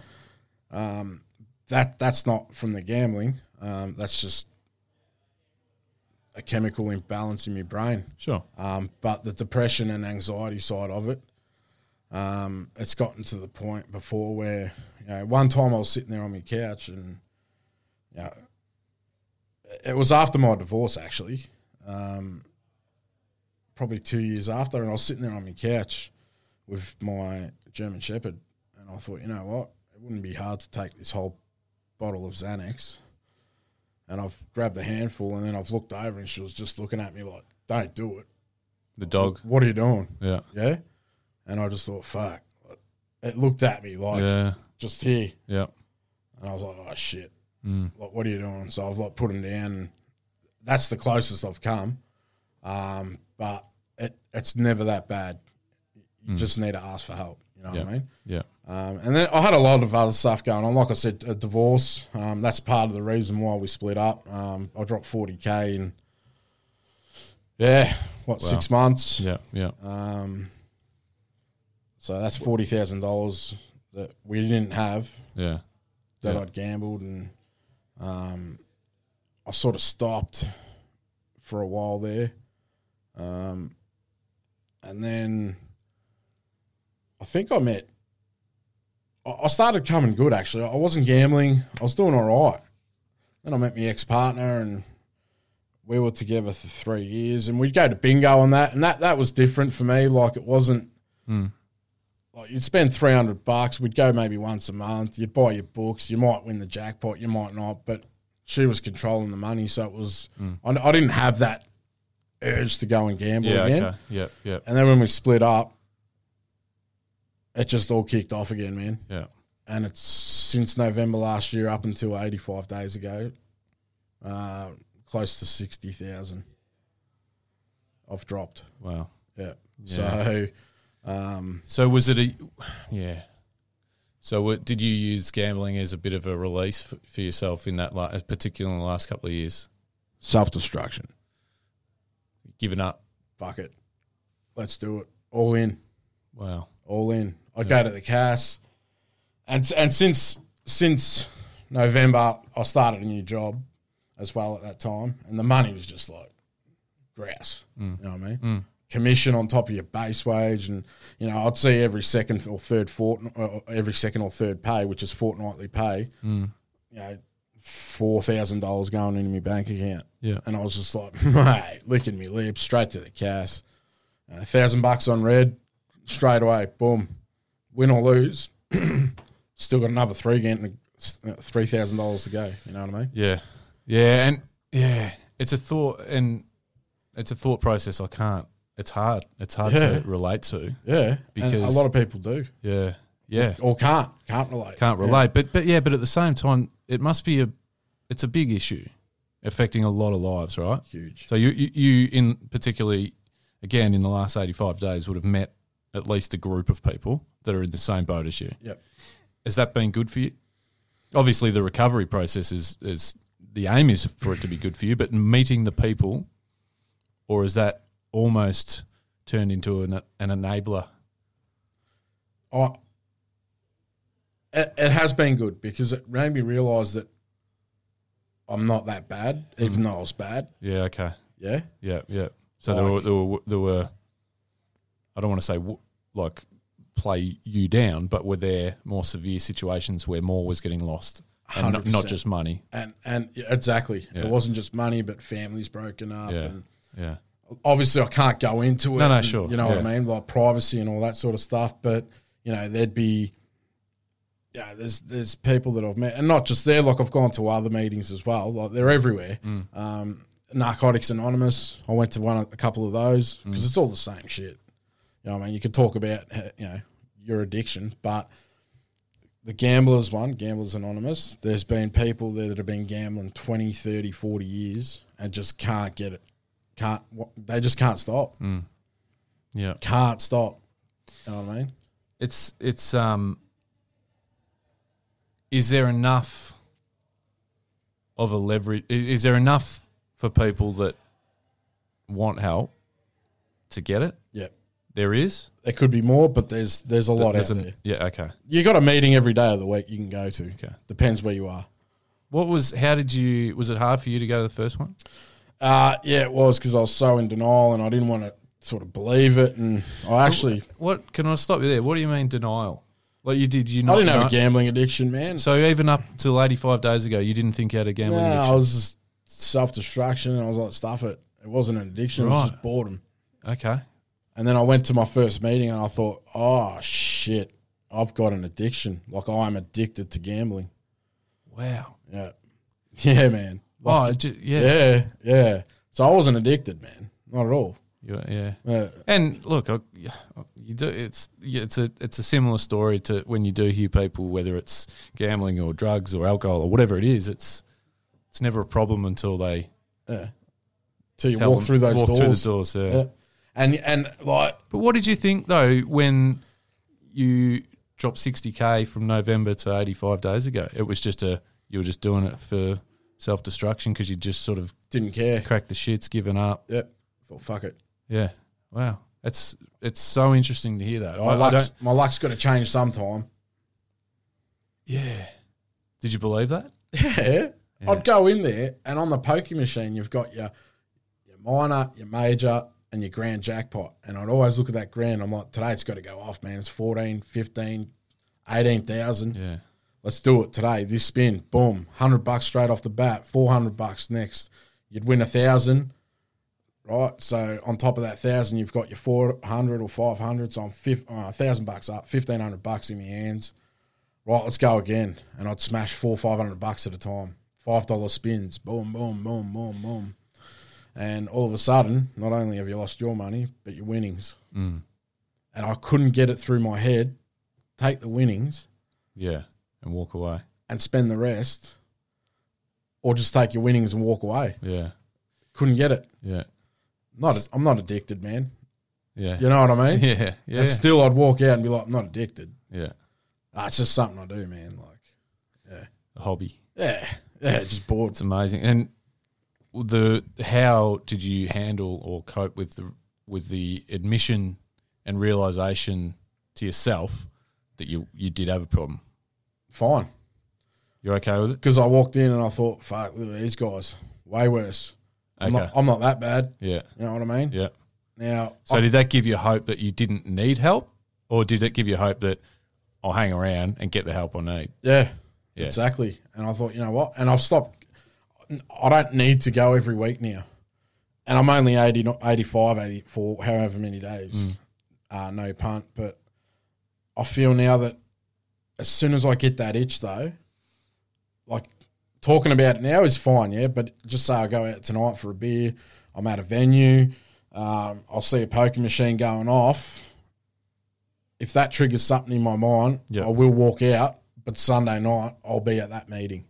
[SPEAKER 1] um, that that's not from the gambling. Um, that's just a chemical imbalance in my brain.
[SPEAKER 2] sure,
[SPEAKER 1] Um, but the depression and anxiety side of it, um, it's gotten to the point before where you know one time I was sitting there on my couch and you know, it was after my divorce actually, um, probably two years after, and I was sitting there on my couch with my German Shepherd, and I thought, you know what, it wouldn't be hard to take this whole bottle of Xanax. And I've grabbed a handful, and then I've looked over, and she was just looking at me like, "Don't do it."
[SPEAKER 2] the dog.
[SPEAKER 1] What are you doing?
[SPEAKER 2] Yeah,
[SPEAKER 1] Yeah. And I just thought, fuck. It looked at me like
[SPEAKER 2] yeah,
[SPEAKER 1] just here.
[SPEAKER 2] yeah.
[SPEAKER 1] And I was like, oh shit.
[SPEAKER 2] Mm.
[SPEAKER 1] Like, what are you doing? So I've like put him down. That's the closest I've come. Um, but it, it's never that bad. You just need to ask for help. You know what I
[SPEAKER 2] Hmm. Yeah.
[SPEAKER 1] mean?
[SPEAKER 2] Yeah,
[SPEAKER 1] Um, and then I had a lot of other stuff going on. Like I said, a divorce. Um, that's part of the reason why we split up. Um, I dropped 40K in, yeah, what,
[SPEAKER 2] Wow.
[SPEAKER 1] six months?
[SPEAKER 2] yeah, yeah,
[SPEAKER 1] Um, so that's forty thousand dollars that we didn't have
[SPEAKER 2] yeah,
[SPEAKER 1] that
[SPEAKER 2] Yeah.
[SPEAKER 1] I'd gambled, and um, I sort of stopped for a while there, um, and then I think I met. I I started coming good actually. I wasn't gambling. I was doing all right. Then I met my ex partner, and we were together for three years, and we'd go to bingo on that, and that that was different for me. Like it wasn't
[SPEAKER 2] Mm.
[SPEAKER 1] like you'd spend three hundred bucks. We'd go maybe once a month. You'd buy your books. You might win the jackpot. You might not. But she was controlling the money, so it was.
[SPEAKER 2] Mm.
[SPEAKER 1] I, I didn't have that urge to go and gamble
[SPEAKER 2] yeah.
[SPEAKER 1] again.
[SPEAKER 2] Okay, yeah, yeah,
[SPEAKER 1] And then when we split up, it just all kicked off again, man.
[SPEAKER 2] yeah.
[SPEAKER 1] And it's since November last year up until 85 days ago, uh, close to 60,000 I've dropped.
[SPEAKER 2] Wow.
[SPEAKER 1] Yeah.
[SPEAKER 2] Yeah.
[SPEAKER 1] So, um,
[SPEAKER 2] So was it a yeah? So what, did you use gambling as a bit of a release f- for yourself in that, la- particularly in the last couple of years?
[SPEAKER 1] self destruction.
[SPEAKER 2] Giving up.
[SPEAKER 1] Fuck it. Let's do it. All in.
[SPEAKER 2] Wow.
[SPEAKER 1] all in. I go to the cast, and and since since November, I started a new job as well at that time, and the money was just like grass. You know what I mean? Commission on top of your base wage, and you know I'd see every second or third fortnight, or every second or third pay, which is fortnightly pay. You know, four thousand dollars going into my bank account.
[SPEAKER 2] Yeah.
[SPEAKER 1] And I was just like, [laughs] mate, licking my lips straight to the cash. A thousand bucks on red, straight away, boom. Win or lose, [clears throat] still got another three grand, uh, three thousand dollars to go. You know what I mean?
[SPEAKER 2] Yeah. Yeah, and yeah, it's a thought, and it's a thought process. I can't. It's hard. It's hard
[SPEAKER 1] Yeah.
[SPEAKER 2] to relate to.
[SPEAKER 1] Yeah, because a
[SPEAKER 2] Because-
[SPEAKER 1] lot of people do
[SPEAKER 2] Yeah. Yeah.
[SPEAKER 1] or can't can't relate.
[SPEAKER 2] Can't relate. But but yeah. But at the same time, it must be a. It's a big issue, affecting a lot of lives, right?
[SPEAKER 1] Yeah, huge.
[SPEAKER 2] So you, you, you in particularly, again, in the last 85 days would have met at least a group of people that are in the same boat as you.
[SPEAKER 1] Yep.
[SPEAKER 2] Has that been good for you? Obviously, the recovery process is, is the aim is for it to be good for you, but meeting the people, or is that almost turned into an, an enabler?
[SPEAKER 1] I, it, it has been good because it made me realise that I'm not that bad, even though I was bad.
[SPEAKER 2] Yeah. Okay.
[SPEAKER 1] Yeah.
[SPEAKER 2] Mm. Yeah. Yeah. So there, were,
[SPEAKER 1] Like-
[SPEAKER 2] there were there were I don't want to say w- like play you down, but were there more severe situations where more was getting lost, and not, not
[SPEAKER 1] 100%.
[SPEAKER 2] just money.
[SPEAKER 1] And and yeah, exactly,
[SPEAKER 2] Yeah.
[SPEAKER 1] it wasn't just money, but families broken up,
[SPEAKER 2] Yeah.
[SPEAKER 1] and
[SPEAKER 2] Yeah.
[SPEAKER 1] obviously I can't go into it.
[SPEAKER 2] No, no,
[SPEAKER 1] and,
[SPEAKER 2] sure,
[SPEAKER 1] You know what
[SPEAKER 2] yeah.
[SPEAKER 1] I mean, like privacy and all that sort of stuff. But you know, there'd be yeah, there's there's people that I've met, and not just there. Like I've gone to other meetings as well. Like they're everywhere.
[SPEAKER 2] Mm.
[SPEAKER 1] Um, Narcotics Anonymous. I went to one of- a couple of those
[SPEAKER 2] Mm.
[SPEAKER 1] because it's all the same shit. You know, what I mean, you can talk about eh, you know your addiction, but the gamblers one, Gamblers Anonymous, there's been people there that have been gambling 20, 30, 40 years and just can't get it. Can't, wa- they just can't stop.
[SPEAKER 2] Hmm. Yeah.
[SPEAKER 1] Can't stop. You know what I mean?
[SPEAKER 2] it's it's um is there enough of a leverage is, is there enough for people that want help to get it
[SPEAKER 1] Yeah.
[SPEAKER 2] there is
[SPEAKER 1] There could be more, but there's there's a lot
[SPEAKER 2] There's
[SPEAKER 1] out
[SPEAKER 2] an-
[SPEAKER 1] there.
[SPEAKER 2] yeah okay
[SPEAKER 1] You got a meeting every day of the week you can go to.
[SPEAKER 2] Okay.
[SPEAKER 1] Depends where you are.
[SPEAKER 2] what was how did you was it hard for you to go to the first one
[SPEAKER 1] Uh, yeah, it was because I was so in denial and I didn't want to sort of believe it. And I actually,
[SPEAKER 2] what can i stop you there what do you mean denial like you did you
[SPEAKER 1] I
[SPEAKER 2] not
[SPEAKER 1] didn't have
[SPEAKER 2] know-
[SPEAKER 1] a gambling addiction, man.
[SPEAKER 2] so even up till 85 days ago you didn't think you had a gambling
[SPEAKER 1] No, I
[SPEAKER 2] addiction
[SPEAKER 1] was just self destruction, and I was like, stuff it. It wasn't an addiction; it
[SPEAKER 2] Right.
[SPEAKER 1] was just boredom.
[SPEAKER 2] okay
[SPEAKER 1] And then I went to my first meeting, and I thought, oh shit, I've got an addiction. Like I'm addicted to gambling.
[SPEAKER 2] wow
[SPEAKER 1] Yeah, [laughs] yeah, man.
[SPEAKER 2] oh it ju- yeah yeah,
[SPEAKER 1] Yeah, yeah. So I wasn't addicted, man. Not at all.
[SPEAKER 2] You- yeah.
[SPEAKER 1] Uh,
[SPEAKER 2] And look, I, you do, it's yeah, it's a it's a similar story to when you do hear people, whether it's gambling or drugs or alcohol or whatever it is, it's it's never a problem until they
[SPEAKER 1] yeah. Till you
[SPEAKER 2] tell
[SPEAKER 1] walk
[SPEAKER 2] them-
[SPEAKER 1] through those
[SPEAKER 2] walk
[SPEAKER 1] doors.
[SPEAKER 2] Through the doors yeah.
[SPEAKER 1] Yeah. And and like
[SPEAKER 2] But what did you think though when you dropped sixty k from November to eighty five days ago? It was just a you were just doing it for self destruction because you just sort of
[SPEAKER 1] didn't care.
[SPEAKER 2] cracked the shits, given up.
[SPEAKER 1] Yeah. Thought fuck it.
[SPEAKER 2] Yeah, wow, it's it's so interesting to hear that.
[SPEAKER 1] My
[SPEAKER 2] I, I
[SPEAKER 1] luck's
[SPEAKER 2] don't.
[SPEAKER 1] my luck's got to change sometime. [laughs]
[SPEAKER 2] Yeah, did you believe that?
[SPEAKER 1] Yeah. I'd go in there and on the poker machine you've got your your minor, your major, and your grand jackpot. And I'd always look at that grand. I'm like, today it's got to go off, man. It's 14, 15, 18,000.
[SPEAKER 2] Yeah.
[SPEAKER 1] Let's do it today. This spin, boom, 100 bucks straight off the bat, 400 bucks next. You'd win a 1,000, right? So on top of that 1,000, you've got your 400 or 500. So I'm fif- uh, 1,000 bucks up, 1,500 bucks in my hands. Right, let's go again. And I'd smash four, 500 bucks at a time. $5 spins, boom, boom, boom, boom, boom. And all of a sudden, not only have you lost your money, but your winnings.
[SPEAKER 2] Mm.
[SPEAKER 1] And I couldn't get it through my head. Take the winnings
[SPEAKER 2] Yeah. And walk away.
[SPEAKER 1] and spend the rest, or just take your winnings and walk away.
[SPEAKER 2] Yeah.
[SPEAKER 1] Couldn't get it.
[SPEAKER 2] Yeah.
[SPEAKER 1] Not, I'm not addicted, man.
[SPEAKER 2] [laughs] Yeah.
[SPEAKER 1] You know what I mean?
[SPEAKER 2] Yeah. Yeah.
[SPEAKER 1] And still, I'd walk out and be like, I'm not addicted.
[SPEAKER 2] yeah.
[SPEAKER 1] Ah, it's just something I do, man. Like,
[SPEAKER 2] A hobby.
[SPEAKER 1] yeah, yeah, just bored.
[SPEAKER 2] It's amazing. And the how did you handle or cope with the with the admission and realization to yourself that you you did have a problem?
[SPEAKER 1] Fine,
[SPEAKER 2] You're okay with it?
[SPEAKER 1] because I walked in and I thought, fuck, look at these guys, way worse.
[SPEAKER 2] Okay.
[SPEAKER 1] I'm, not, I'm not that bad.
[SPEAKER 2] yeah.
[SPEAKER 1] You know what I mean?
[SPEAKER 2] Yeah.
[SPEAKER 1] Now,
[SPEAKER 2] So
[SPEAKER 1] I-
[SPEAKER 2] did that give you hope that you didn't need help, or did it give you hope that I'll hang around and get the help I need?
[SPEAKER 1] yeah,
[SPEAKER 2] Yeah.
[SPEAKER 1] exactly. And I thought, you know what? And I've stopped. I don't need to go every week now. And I'm only 80, not 85, 84, however many days. Uh, no punt. But I feel now that as soon as I get that itch, though, like talking about it now is fine, yeah. But just say I go out tonight for a beer, I'm at a venue, um, I'll see a poker machine going off. If that triggers something in my mind,
[SPEAKER 2] Yeah.
[SPEAKER 1] I will walk out. But Sunday night, I'll be at that meeting.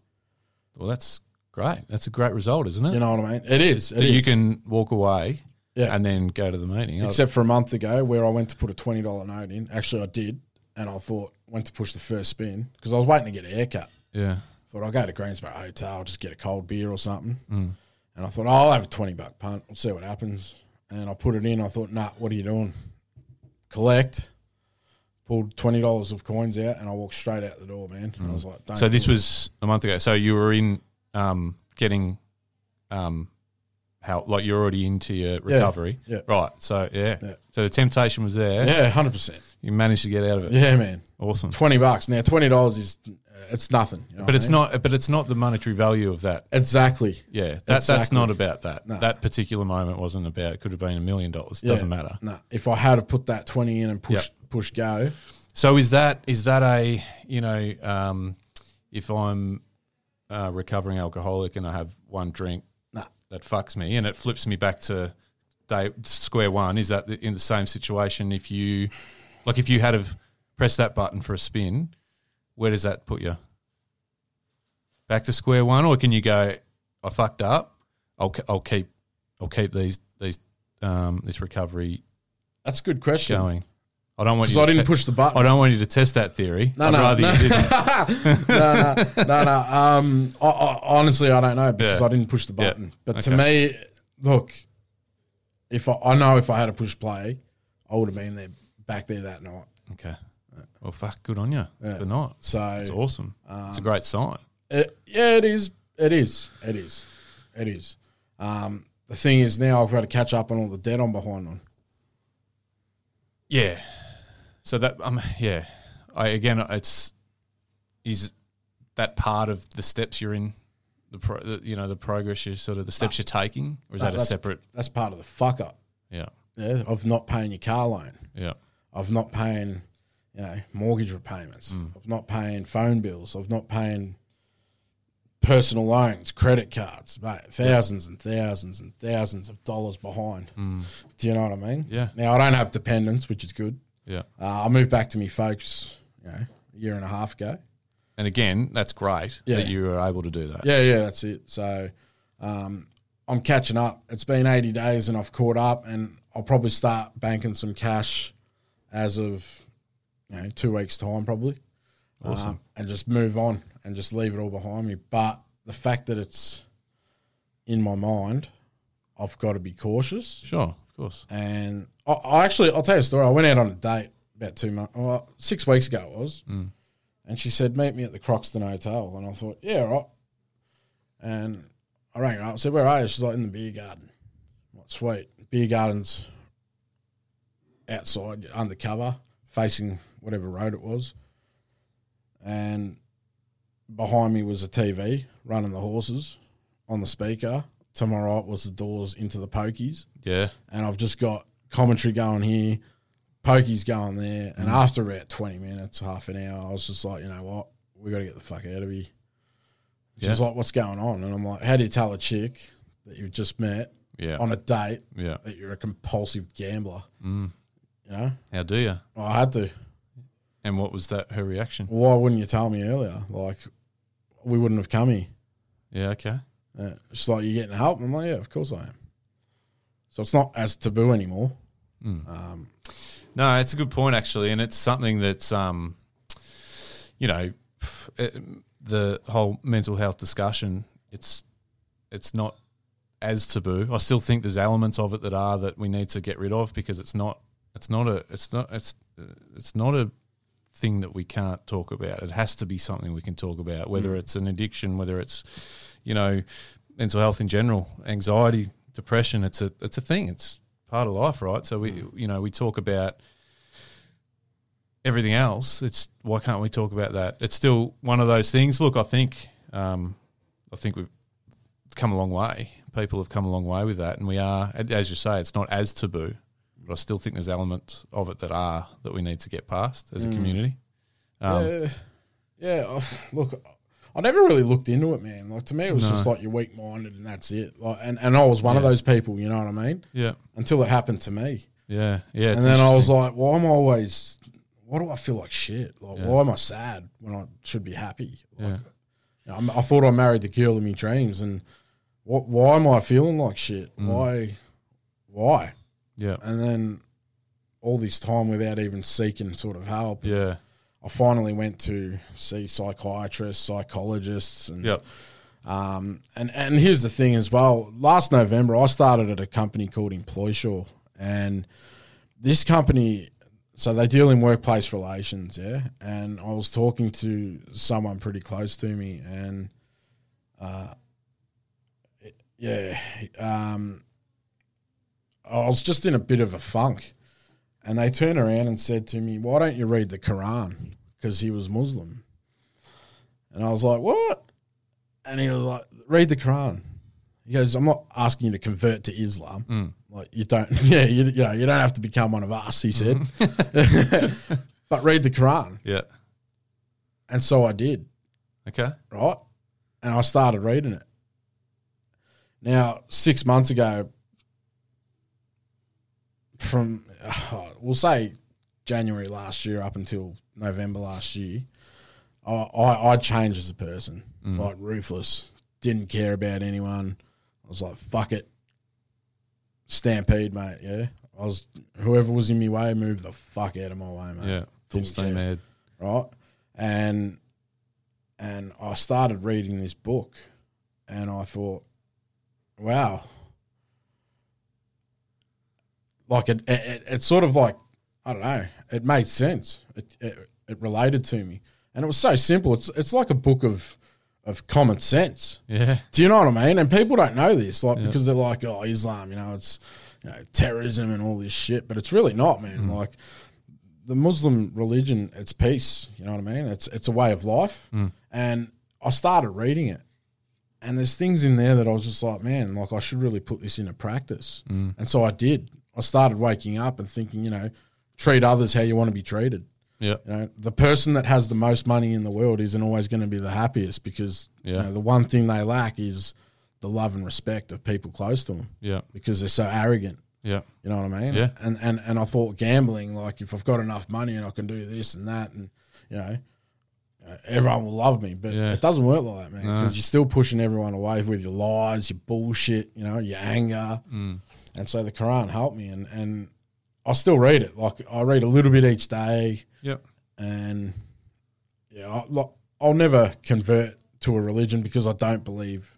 [SPEAKER 2] Well, that's great. That's a great result, isn't it?
[SPEAKER 1] You know what I mean? It is. it
[SPEAKER 2] that you
[SPEAKER 1] is.
[SPEAKER 2] can walk away
[SPEAKER 1] Yeah.
[SPEAKER 2] and then go to the meeting. Oh,
[SPEAKER 1] Except for a month ago, where I went to put a twenty dollar note in. Actually, I did, and I thought went to push the first spin because I was waiting to get a haircut.
[SPEAKER 2] yeah.
[SPEAKER 1] Thought I'll go to Greensboro Hotel, just get a cold beer or something.
[SPEAKER 2] Mm.
[SPEAKER 1] And I thought, oh, I'll have a 20 buck punt. We'll see what happens. And I put it in. I thought, nah, what are you doing? Collect. Pulled $20 of coins out and I walked straight out the door, man. And I was like, Don't
[SPEAKER 2] So Mm. this
[SPEAKER 1] do it.
[SPEAKER 2] was a month ago. So you were in um, getting um how like you're already into your recovery.
[SPEAKER 1] yeah.
[SPEAKER 2] Right. So yeah.
[SPEAKER 1] Yeah.
[SPEAKER 2] So the temptation was there.
[SPEAKER 1] Yeah, hundred percent.
[SPEAKER 2] You managed to get out of it.
[SPEAKER 1] Yeah, man.
[SPEAKER 2] Awesome.
[SPEAKER 1] Twenty bucks now. Twenty dollars is uh, it's nothing. you know what I
[SPEAKER 2] But it's
[SPEAKER 1] mean?
[SPEAKER 2] not but it's not the monetary value of that.
[SPEAKER 1] exactly.
[SPEAKER 2] Yeah. That that's
[SPEAKER 1] Exactly.
[SPEAKER 2] not about that.
[SPEAKER 1] No.
[SPEAKER 2] That particular moment wasn't about it could have been a million dollars.
[SPEAKER 1] Yeah.
[SPEAKER 2] Doesn't matter.
[SPEAKER 1] No, if I had to put that twenty in and push push go,
[SPEAKER 2] So is that is that a you know um, if I'm a recovering alcoholic and I have one drink
[SPEAKER 1] Nah.
[SPEAKER 2] that fucks me and it flips me back to day square one? Is that the, in the same situation? If you like, if you had have pressed that button for a spin, where does that put you? Back to square one, or can you go? I fucked up. I'll ke- I'll keep I'll keep these these um, this recovery
[SPEAKER 1] that's a good question.
[SPEAKER 2] going. I don't want you.
[SPEAKER 1] Because I
[SPEAKER 2] to
[SPEAKER 1] didn't
[SPEAKER 2] ta-
[SPEAKER 1] push the button. [laughs]
[SPEAKER 2] I don't want you to test that theory.
[SPEAKER 1] No,
[SPEAKER 2] I'd
[SPEAKER 1] no,
[SPEAKER 2] rather
[SPEAKER 1] no.
[SPEAKER 2] you
[SPEAKER 1] [laughs]
[SPEAKER 2] didn't.
[SPEAKER 1] no, no, no, no. Um, I, I, honestly, I don't know because
[SPEAKER 2] Yeah.
[SPEAKER 1] I didn't push the
[SPEAKER 2] Yeah.
[SPEAKER 1] button. But
[SPEAKER 2] Okay.
[SPEAKER 1] to me, look, if I, I know if I had a push play, I would have been there back there that night.
[SPEAKER 2] Okay. Well, fuck, good on you
[SPEAKER 1] Yeah. Um,
[SPEAKER 2] for not.
[SPEAKER 1] So
[SPEAKER 2] It's awesome. it's a great sign.
[SPEAKER 1] It, yeah, it is. It is. It is. It is. Um, the thing is now I've got to catch up on all the debt I'm behind on.
[SPEAKER 2] Yeah. So that um yeah, I again it's is that part of the steps you're in, the, pro, the you know the progress you sort of the steps you're taking, or is
[SPEAKER 1] No,
[SPEAKER 2] that a
[SPEAKER 1] that's-
[SPEAKER 2] separate?
[SPEAKER 1] That's part of the fuck up.
[SPEAKER 2] Yeah.
[SPEAKER 1] Yeah, of not paying your car loan,
[SPEAKER 2] Yeah.
[SPEAKER 1] of not paying, you know, mortgage repayments,
[SPEAKER 2] Mm.
[SPEAKER 1] of not paying phone bills, of not paying personal loans, credit cards, mate, thousands and thousands and thousands of dollars behind. Do you know what I mean?
[SPEAKER 2] Mm. Yeah.
[SPEAKER 1] Now I don't have dependents, which is good.
[SPEAKER 2] Yeah.
[SPEAKER 1] Uh, I moved back to me folks, you know, a year and a half ago.
[SPEAKER 2] And again, that's great
[SPEAKER 1] Yeah.
[SPEAKER 2] that you were able to do that.
[SPEAKER 1] Yeah, yeah, that's it. So um, I'm catching up. It's been 80 days and I've caught up, and I'll probably start banking some cash as of you know two weeks time probably,
[SPEAKER 2] Awesome.
[SPEAKER 1] Um, and just move on and just leave it all behind me. But the fact that it's in my mind, I've got to be cautious.
[SPEAKER 2] Sure. Of course.
[SPEAKER 1] And I, I actually, I'll tell you a story. I went out on a date about two months, well, six weeks ago it was.
[SPEAKER 2] Mm.
[SPEAKER 1] And she said, meet me at the Croxton Hotel. And I thought, yeah, all right. And I rang her up and said, where are you? She's like, in the beer garden. I'm like, sweet. Beer garden's outside, undercover, facing whatever road it was. And behind me was a TV running the horses on the speaker. To my right was the doors into the pokies
[SPEAKER 2] Yeah.
[SPEAKER 1] and I've just got commentary going here, pokies going there,
[SPEAKER 2] Mm.
[SPEAKER 1] and after about twenty minutes, half an hour, I was just like, you know what, we got to get the fuck out of here. She's
[SPEAKER 2] Yeah.
[SPEAKER 1] like, what's going on? And I'm like, how do you tell a chick that you've just met
[SPEAKER 2] Yeah.
[SPEAKER 1] on a date
[SPEAKER 2] yeah.
[SPEAKER 1] that you're a compulsive gambler?
[SPEAKER 2] Mm.
[SPEAKER 1] You know,
[SPEAKER 2] How do you?
[SPEAKER 1] Well, I had to.
[SPEAKER 2] And what was that her reaction?
[SPEAKER 1] Why wouldn't you tell me earlier? Like, we wouldn't have come here.
[SPEAKER 2] Yeah. Okay.
[SPEAKER 1] Uh, she's like, you getting help? And I'm like, yeah, of course I am. So it's not as taboo anymore.
[SPEAKER 2] Mm.
[SPEAKER 1] Um,
[SPEAKER 2] No, it's a good point actually, and it's something that's um, you know, it, the whole mental health discussion. It's it's not as taboo. I still think there's elements of it that are that we need to get rid of because it's not it's not a it's not it's uh, it's not a thing that we can't talk about. It has to be something we can talk about, whether it's an addiction, whether it's you know mental health in general, anxiety, depression. It's a it's a thing. It's part of life, right? So we you know we talk about everything else. It's why can't we talk about that? It's still one of those things. Look, I think um, I think we've come a long way. People have come a long way with that, and we are, as you say, it's not as taboo. But I still think there's elements of it that are that we need to get past as a community. Um,
[SPEAKER 1] yeah, yeah. I- Look, I never really looked into it, man. Like to me, it was
[SPEAKER 2] No.
[SPEAKER 1] just like you're weak minded and that's it. Like, and, and I was one of
[SPEAKER 2] Yeah.
[SPEAKER 1] those people. You know what I mean?
[SPEAKER 2] yeah,
[SPEAKER 1] Until it happened to me,
[SPEAKER 2] yeah, yeah.
[SPEAKER 1] and then I was like, why am I always? Why do I feel like shit? Like,
[SPEAKER 2] Yeah.
[SPEAKER 1] why am I sad when I should be happy? Like,
[SPEAKER 2] yeah,
[SPEAKER 1] you know, I'm- I thought I married the girl of my dreams, and what? Why am I feeling like shit?
[SPEAKER 2] Mm.
[SPEAKER 1] Why? Why?
[SPEAKER 2] yeah,
[SPEAKER 1] And then all this time without even seeking sort of help,
[SPEAKER 2] yeah,
[SPEAKER 1] I finally went to see psychiatrists, psychologists, and
[SPEAKER 2] yeah,
[SPEAKER 1] um, and and here's the thing as well. Last November, I started at a company called EmploySure, and this company, so they deal in workplace relations, yeah. And I was talking to someone pretty close to me, and uh, yeah, um, I was just in a bit of a funk, and they turned around and said to me, "Why don't you read the Quran?" Because he was Muslim, and I was like, "What?" And he was like, "Read the Quran." He goes, "I'm not asking you to convert to Islam.
[SPEAKER 2] Mm.
[SPEAKER 1] Like you don't, [laughs] yeah, you, you know, you don't have to become one of us." He said, [laughs] "But read the Quran,"
[SPEAKER 2] [laughs] Yeah.
[SPEAKER 1] and so I did.
[SPEAKER 2] Okay.
[SPEAKER 1] right? And I started reading it. Now, six months ago, from [sighs] we'll say January last year up until November last year, I, I, I changed as a person, like ruthless, didn't care about anyone. I was like, fuck it, stampede, mate. Yeah, I was whoever was in my way, moved the fuck out of my way, mate
[SPEAKER 2] Yeah. Full
[SPEAKER 1] Didn't
[SPEAKER 2] steam
[SPEAKER 1] care.
[SPEAKER 2] ahead.
[SPEAKER 1] right? And and I started reading this book, and I thought, wow, like it, it, it it's sort of like I don't know, it made sense. It, it it related to me, and it was so simple. It's it's like a book of of common sense.
[SPEAKER 2] Yeah.
[SPEAKER 1] Do you know what I mean? And people don't know this, like
[SPEAKER 2] Yeah.
[SPEAKER 1] because they're like, oh, Islam, you know, it's you know, terrorism and all this shit, but it's really not, man.
[SPEAKER 2] Mm.
[SPEAKER 1] Like the Muslim religion, it's peace. You know what I mean? It's it's a way of life.
[SPEAKER 2] Mm.
[SPEAKER 1] And I started reading it, and there's things in there that I was just like, man, like I should really put this into practice.
[SPEAKER 2] Mm.
[SPEAKER 1] And so I did. I started waking up and thinking, you know, treat others how you want to be treated.
[SPEAKER 2] Yeah.
[SPEAKER 1] You know, the person that has the most money in the world isn't always going to be the happiest because you
[SPEAKER 2] Yeah.
[SPEAKER 1] know, the one thing they lack is the love and respect of people close to them
[SPEAKER 2] Yeah.
[SPEAKER 1] because they're so arrogant.
[SPEAKER 2] Yeah.
[SPEAKER 1] You know what I mean?
[SPEAKER 2] Yeah.
[SPEAKER 1] And and and I thought gambling, like if I've got enough money and I can do this and that, and you know, uh, everyone will love me. But
[SPEAKER 2] Yeah.
[SPEAKER 1] it doesn't work like that, man.
[SPEAKER 2] No.
[SPEAKER 1] Because you're still pushing everyone away with your lies, your bullshit, you know, your anger.
[SPEAKER 2] Mm.
[SPEAKER 1] And so the Quran helped me, and and I still read it. Like I read a little bit each day
[SPEAKER 2] Yep.
[SPEAKER 1] and yeah, I, look, I'll never convert to a religion because I don't believe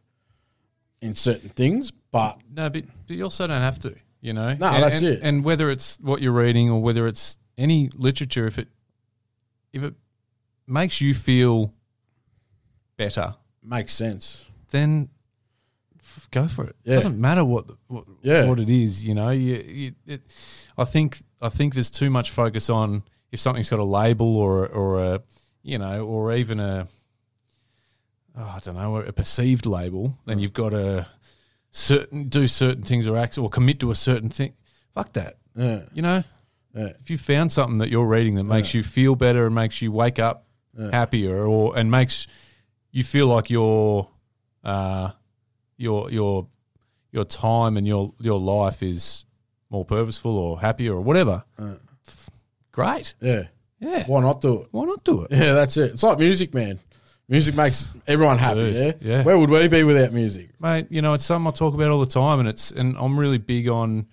[SPEAKER 1] in certain things. But
[SPEAKER 2] No, but, but you also don't have to, you know.
[SPEAKER 1] No,
[SPEAKER 2] and,
[SPEAKER 1] that's
[SPEAKER 2] and-
[SPEAKER 1] it.
[SPEAKER 2] And whether it's what you're reading or whether it's any literature, if it if it makes you feel better,
[SPEAKER 1] makes sense.
[SPEAKER 2] then f- go for it.
[SPEAKER 1] Yeah.
[SPEAKER 2] Doesn't matter what the- what,
[SPEAKER 1] Yeah.
[SPEAKER 2] what it is, you know. You, you it, I think I think there's too much focus on if something's got a label or or a you know or even a oh, I don't know a perceived label. Then you've got to certain do certain things or acts or commit to a certain thing. Fuck that,
[SPEAKER 1] Yeah,
[SPEAKER 2] you know.
[SPEAKER 1] Yeah.
[SPEAKER 2] If you found something that you're reading that makes you feel better and makes you wake up
[SPEAKER 1] Yeah.
[SPEAKER 2] happier, or and makes you feel like your uh, your your your time and your your life is more purposeful or happier or whatever.
[SPEAKER 1] Yeah.
[SPEAKER 2] F- Great,
[SPEAKER 1] yeah.
[SPEAKER 2] yeah.
[SPEAKER 1] Why not do it? [laughs]
[SPEAKER 2] Why not do it?
[SPEAKER 1] Yeah, that's it. It's like music, man. Music makes everyone happy.
[SPEAKER 2] Dude,
[SPEAKER 1] yeah?
[SPEAKER 2] yeah.
[SPEAKER 1] Where would we be without music?
[SPEAKER 2] mate. You know, it's something I talk about all the time, and it's and I'm really big on.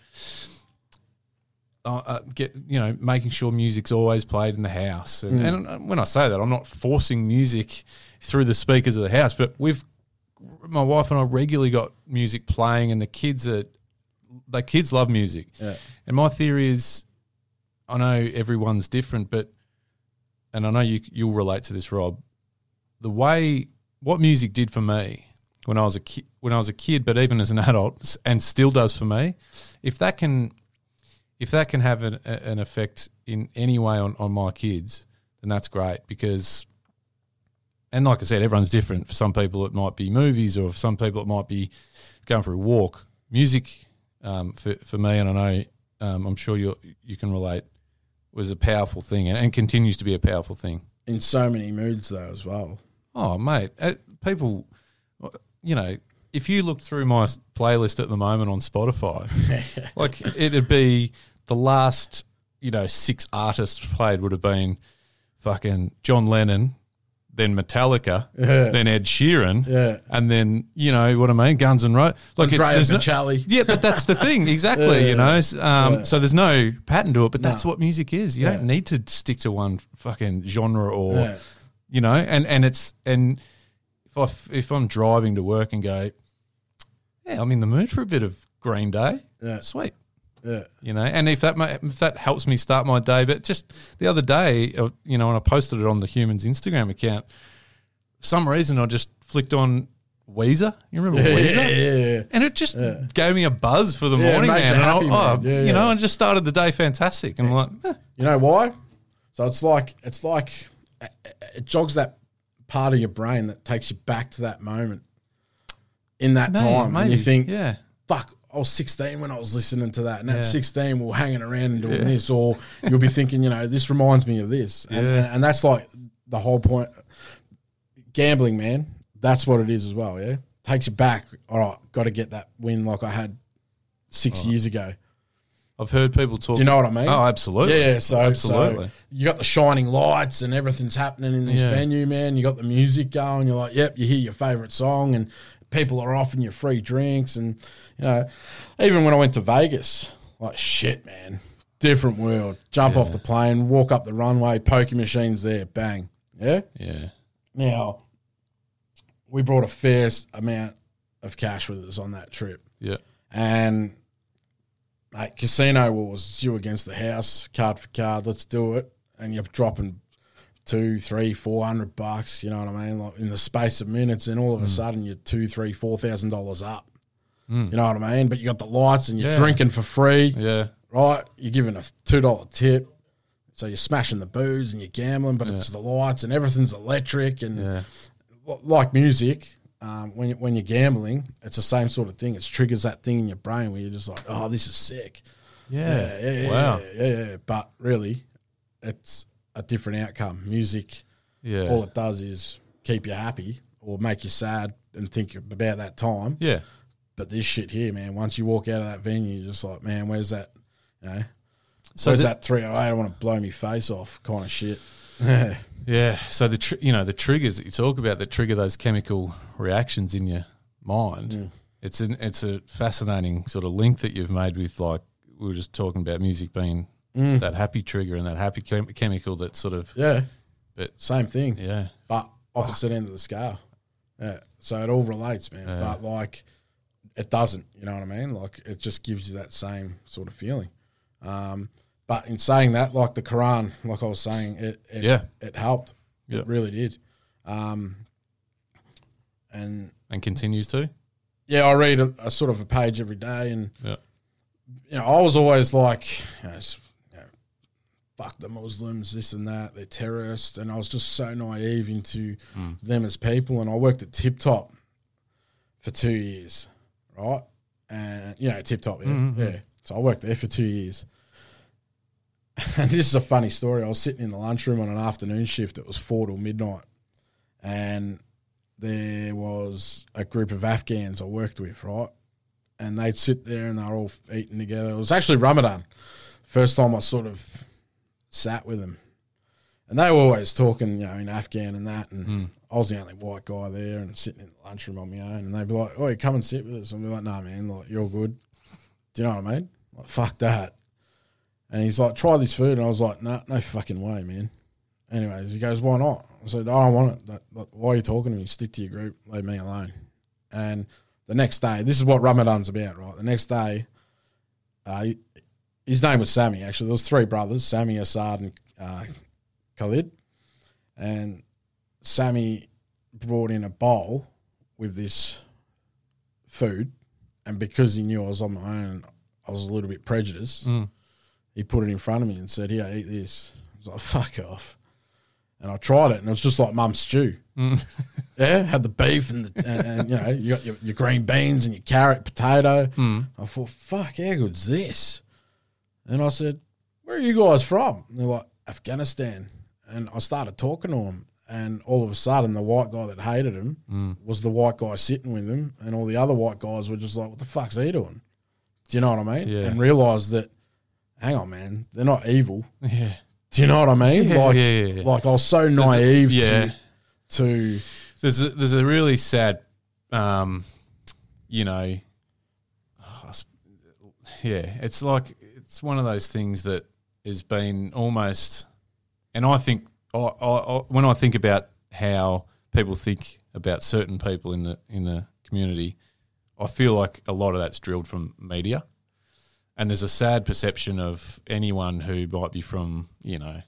[SPEAKER 2] Uh, uh, get you know making sure music's always played in the house, and, and when I say that, I'm not forcing music through the speakers of the house, but we've my wife and I regularly got music playing, and the kids are the kids love music,
[SPEAKER 1] Yeah.
[SPEAKER 2] and my theory is, I know everyone's different, but and I know you you'll relate to this, Rob. The way what music did for me when I was a ki- when I was a kid, but even as an adult, s- and still does for me. If that can, if that can have an, a- an effect in any way on on my kids, then that's great because. And like I said, everyone's different. For some people, it might be movies, or for some people, it might be going for a walk. Music, um, for for me, and I know um, I'm sure you you can relate, was a powerful thing, and, and continues to be a powerful thing.
[SPEAKER 1] In so many moods, though, as well.
[SPEAKER 2] Oh, mate, uh, people, you know, if you looked through my s- playlist at the moment on
[SPEAKER 1] [laughs]
[SPEAKER 2] Spotify, like it'd be the last, you know, six artists played would have been fucking John Lennon, then Metallica,
[SPEAKER 1] Yeah.
[SPEAKER 2] then Ed Sheeran,
[SPEAKER 1] Yeah.
[SPEAKER 2] and then you know what I mean, Guns and Roses. Like
[SPEAKER 1] Dre and
[SPEAKER 2] there's no-
[SPEAKER 1] Charlie.
[SPEAKER 2] yeah, but that's
[SPEAKER 1] [laughs]
[SPEAKER 2] the thing, exactly. you know, S- um, so there's no pattern to it, but that's what music is. You don't
[SPEAKER 1] Yeah.
[SPEAKER 2] need to stick to one fucking genre or
[SPEAKER 1] Yeah.
[SPEAKER 2] you know, and and it's and if I f- if I'm driving to work and go, yeah, I'm in the mood for a bit of Green Day,
[SPEAKER 1] Yeah.
[SPEAKER 2] sweet.
[SPEAKER 1] Yeah.
[SPEAKER 2] You know, and if that ma- if that helps me start my day, but just the other day, uh, you know, when I posted it on the humans Instagram account, for some reason I just flicked on Weezer. You
[SPEAKER 1] [laughs]
[SPEAKER 2] remember
[SPEAKER 1] Yeah,
[SPEAKER 2] Weezer?
[SPEAKER 1] yeah, yeah.
[SPEAKER 2] And it just gave me a buzz for the
[SPEAKER 1] Yeah, it
[SPEAKER 2] morning,
[SPEAKER 1] made
[SPEAKER 2] man.
[SPEAKER 1] you
[SPEAKER 2] And I,
[SPEAKER 1] happy, man.
[SPEAKER 2] oh,
[SPEAKER 1] Yeah,
[SPEAKER 2] you
[SPEAKER 1] yeah.
[SPEAKER 2] know, I just started the day fantastic. And I'm like, eh,
[SPEAKER 1] You know why? So it's like it's like it- it jogs that part of your brain that takes you back to that moment in that
[SPEAKER 2] maybe,
[SPEAKER 1] time, and you
[SPEAKER 2] maybe.
[SPEAKER 1] think,
[SPEAKER 2] yeah,
[SPEAKER 1] "Fuck, I was 16 when I was listening to that, and
[SPEAKER 2] Yeah.
[SPEAKER 1] at 16 we are hanging around and doing this," or you'll be thinking, you know, this reminds me of this, and,
[SPEAKER 2] Yeah.
[SPEAKER 1] and that's like the whole point. Gambling, man, that's what it is as well. Yeah, takes you back. All right, got to get that win like I had six years ago.
[SPEAKER 2] I've heard people talk.
[SPEAKER 1] Do you know what I mean?
[SPEAKER 2] oh, absolutely.
[SPEAKER 1] Yeah, yeah, so
[SPEAKER 2] Absolutely.
[SPEAKER 1] so you got the shining lights and everything's happening in this
[SPEAKER 2] Yeah.
[SPEAKER 1] venue, man. You got the music going. You're like, yep, you hear your favorite song, and people are offering you free drinks, and you know, even when I went to Vegas, like shit, man, different world. Jump off the plane, walk up the runway, poker machines there, bang, yeah.
[SPEAKER 2] yeah.
[SPEAKER 1] Now, we brought a fair s- amount of cash with us on that trip
[SPEAKER 2] Yeah.
[SPEAKER 1] and mate, casino was you against the house, card for card. Let's do it, and you're dropping two, three, four hundred bucks. You know what I mean? Like in the space of minutes, and all
[SPEAKER 2] Hmm.
[SPEAKER 1] of a sudden you're two, three, four thousand dollars up.
[SPEAKER 2] Mm.
[SPEAKER 1] You know what I mean? But you got the lights, and you're
[SPEAKER 2] Yeah.
[SPEAKER 1] drinking for free,
[SPEAKER 2] Yeah.
[SPEAKER 1] right? You're giving a two dollar tip. So you're smashing the booze and you're gambling, but it's the lights and everything's electric and
[SPEAKER 2] Yeah.
[SPEAKER 1] li- like music, um, when you- when you're gambling, it's the same sort of thing. It triggers that thing in your brain where you're just like, "Oh, this is sick."
[SPEAKER 2] Yeah.
[SPEAKER 1] Yeah, yeah, yeah,
[SPEAKER 2] Wow.
[SPEAKER 1] yeah, yeah, yeah. But really, it's a different outcome. Music,
[SPEAKER 2] Yeah.
[SPEAKER 1] all it does is keep you happy or make you sad and think about that time.
[SPEAKER 2] yeah.
[SPEAKER 1] But this shit here, man, once you walk out of that venue, you're just like, "Man, where's that?" You know,
[SPEAKER 2] So
[SPEAKER 1] where's
[SPEAKER 2] the-
[SPEAKER 1] that 308? I want to blow me face off, kind of shit.
[SPEAKER 2] Yeah. So the tr- you know the triggers that you talk about that trigger those chemical reactions in your mind.
[SPEAKER 1] Hmm.
[SPEAKER 2] It's an it's a fascinating sort of link that you've made with like we were just talking about music being
[SPEAKER 1] Hmm.
[SPEAKER 2] that happy trigger and that happy chem- chemical that sort of
[SPEAKER 1] yeah,
[SPEAKER 2] But-
[SPEAKER 1] same thing.
[SPEAKER 2] yeah
[SPEAKER 1] but opposite end of the scale. Yeah. So it all relates, man. But like, it doesn't. You know what I mean? Like, it just gives you that same sort of feeling. Um, but in saying that, like the Quran, like I was saying, it it,
[SPEAKER 2] Yeah.
[SPEAKER 1] it helped.
[SPEAKER 2] Yeah.
[SPEAKER 1] It really did. Um, and
[SPEAKER 2] and continues to
[SPEAKER 1] yeah, I read a, a sort of a page every day, and
[SPEAKER 2] Yeah.
[SPEAKER 1] you know, I was always like, you know, s- you know, fuck the Muslims, this and that, they're terrorists, and I was just so naive into them as people. And I worked at Tip Top for two years, right? And you know, Tip Top, yeah, yeah. So I worked there for two years. [laughs] And this is a funny story. I was sitting in the lunchroom on an afternoon shift. It was four till midnight, and there was a group of Afghans I worked with, right? And they'd sit there and they were all eating together. It was actually Ramadan. First time I sort of sat with them. And they were always talking, you know, in Afghan and that.
[SPEAKER 2] Hmm.
[SPEAKER 1] And
[SPEAKER 2] Mm-hmm.
[SPEAKER 1] I was the only white guy there and sitting in the lunchroom on my own. And they'd be like, oh, you come and sit with us. And I'd be like, nah, man, like, you're good. Do you know what I mean? Like, fuck that. And he's like, try this food. And I was like, nah, no fucking way, man. Anyways, he goes, why not? I said, I don't want it. That, like, why are you talking to me? Stick to your group. Leave me alone. And the next day, this is what Ramadan's about, right? The next day, uh, he- his name was Sammy, actually. There was three brothers, Sammy, Assad, and uh, Khalid. And Sammy brought in a bowl with this food. And because he knew I was on my own, I was a little bit prejudiced.
[SPEAKER 2] Mm.
[SPEAKER 1] He put it in front of me and said, Here, eat this. I was like, [laughs] Fuck off. And I tried it, and it was just like mum's stew.
[SPEAKER 2] Mm. [laughs]
[SPEAKER 1] Yeah, had the beef and, the, and, and you know you got your, your green beans and your carrot, potato.
[SPEAKER 2] Mm.
[SPEAKER 1] I thought, fuck, how good's this? And I said, where are you guys from? And they're like Afghanistan. And I started talking to them, and all of a sudden, the white guy that hated him
[SPEAKER 2] Mm.
[SPEAKER 1] was the white guy sitting with him, and all the other white guys were just like, what the fuck's he doing? Do you know what I mean?
[SPEAKER 2] Yeah.
[SPEAKER 1] And realized that, hang on, man, they're not evil.
[SPEAKER 2] [laughs]
[SPEAKER 1] [laughs]
[SPEAKER 2] yeah
[SPEAKER 1] Do you know what I mean?
[SPEAKER 2] Yeah,
[SPEAKER 1] like,
[SPEAKER 2] yeah, yeah, yeah.
[SPEAKER 1] like I was so
[SPEAKER 2] There's a-
[SPEAKER 1] naive
[SPEAKER 2] yeah
[SPEAKER 1] to, to
[SPEAKER 2] there's a, there's a really sad um you know I sp- yeah it's like it's one of those things that has been almost and I think I, I, I, when I think about how people think about certain people in the in the community I feel like a lot of that's drilled from media and there's a sad perception of anyone who might be from you know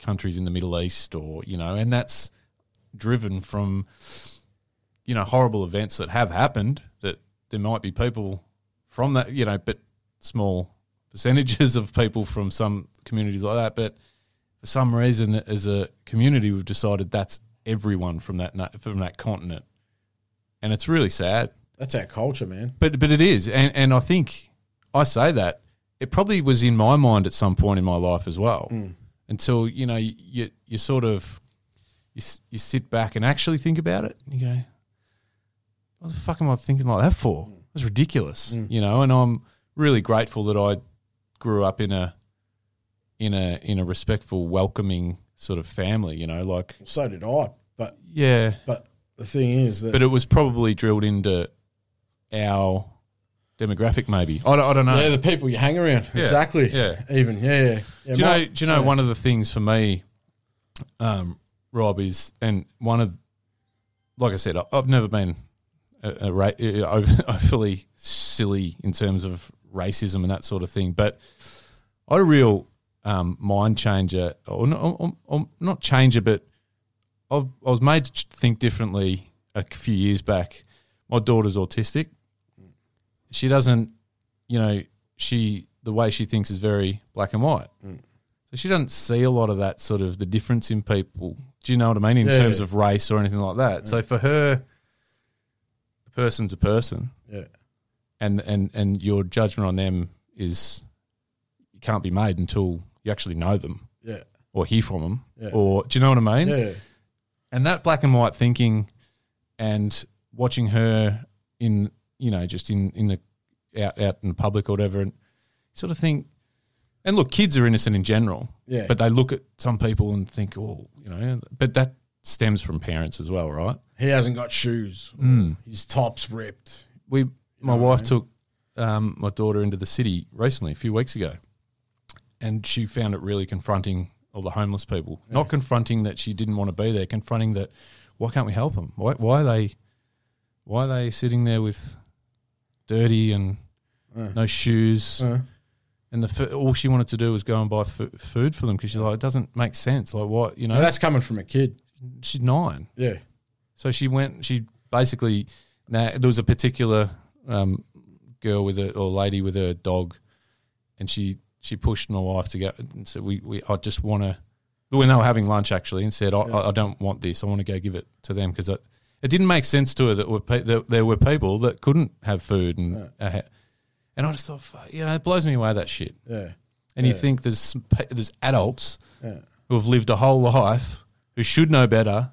[SPEAKER 2] countries in the Middle East or you know and that's driven from you know horrible events that have happened that there might be people from that you know but small percentages of people from some communities like that but for some reason as a community we've decided that's everyone from that na- from that continent and it's really sad
[SPEAKER 1] That's our culture, man.
[SPEAKER 2] but but it is, and and I think I say that it probably was in my mind at some point in my life as well. Until you know you you sort of you s- you sit back and actually think about it, and you go, "What the fuck am I thinking like that for? That's ridiculous," you know. And I'm really grateful that I grew up in a in a in a respectful, welcoming sort of family. You know, like
[SPEAKER 1] So did I. But
[SPEAKER 2] yeah,
[SPEAKER 1] but the thing is that
[SPEAKER 2] but it was probably drilled into our demographic. Maybe I don't, I don't know.
[SPEAKER 1] yeah, the people you hang around.
[SPEAKER 2] Yeah,
[SPEAKER 1] Exactly.
[SPEAKER 2] yeah.
[SPEAKER 1] Even yeah. yeah. yeah
[SPEAKER 2] do you
[SPEAKER 1] my-
[SPEAKER 2] know? Do you know one of the things for me, um, Rob is, and one of, like I said, I, I've never been a, a ra- [laughs] uh, over- overly silly in terms of racism and that sort of thing, but I had a real um, mind changer, or, no- or, or not changer, but I've, I was made to ch- think differently a few years back. My daughter's autistic. She doesn't, you know, she the way she thinks is very black and white.
[SPEAKER 1] Hmm.
[SPEAKER 2] So she doesn't see a lot of that sort of the difference in people. Do you know what I mean in
[SPEAKER 1] Yeah,
[SPEAKER 2] terms
[SPEAKER 1] yeah.
[SPEAKER 2] of race or anything like that? So for her, a person's a person,
[SPEAKER 1] Yeah.
[SPEAKER 2] and and and your judgment on them is can't be made until you actually know them
[SPEAKER 1] Yeah.
[SPEAKER 2] or hear from them.
[SPEAKER 1] Yeah.
[SPEAKER 2] Or do you know what I mean?
[SPEAKER 1] Yeah.
[SPEAKER 2] and that black and white thinking and watching her in you know just in in the out out in the public or whatever and sort of think and look kids are innocent in general
[SPEAKER 1] Yeah.
[SPEAKER 2] but they look at some people and think oh you know but that stems from parents as well right
[SPEAKER 1] He hasn't got shoes.
[SPEAKER 2] Hmm.
[SPEAKER 1] His top's ripped.
[SPEAKER 2] we my wife took um, my daughter into the city recently a few weeks ago and she found it really confronting all the homeless people not confronting that she didn't want to be there confronting that why can't we help them why, why are they why are they sitting there with dirty and no shoes
[SPEAKER 1] Yeah.
[SPEAKER 2] and the f- all she wanted to do was go and buy f- food for them because she's like it doesn't make sense like what you know
[SPEAKER 1] Now, that's coming from a kid.
[SPEAKER 2] she's nine
[SPEAKER 1] Yeah.
[SPEAKER 2] so she went. She basically now there was a particular um, girl with a or lady with her dog, and she she pushed my wife to go and said, "We, we I just want to." When they were having lunch, actually, and said, "I, I, I don't want this. I want to go give it to them because it, it didn't make sense to her that, were, pe- that there were people that couldn't have food and uh, ha- and I just thought, fuck, you know, it blows me away that shit.
[SPEAKER 1] Yeah.
[SPEAKER 2] And you think there's some pa- there's adults
[SPEAKER 1] Yeah.
[SPEAKER 2] who have lived a whole life who should know better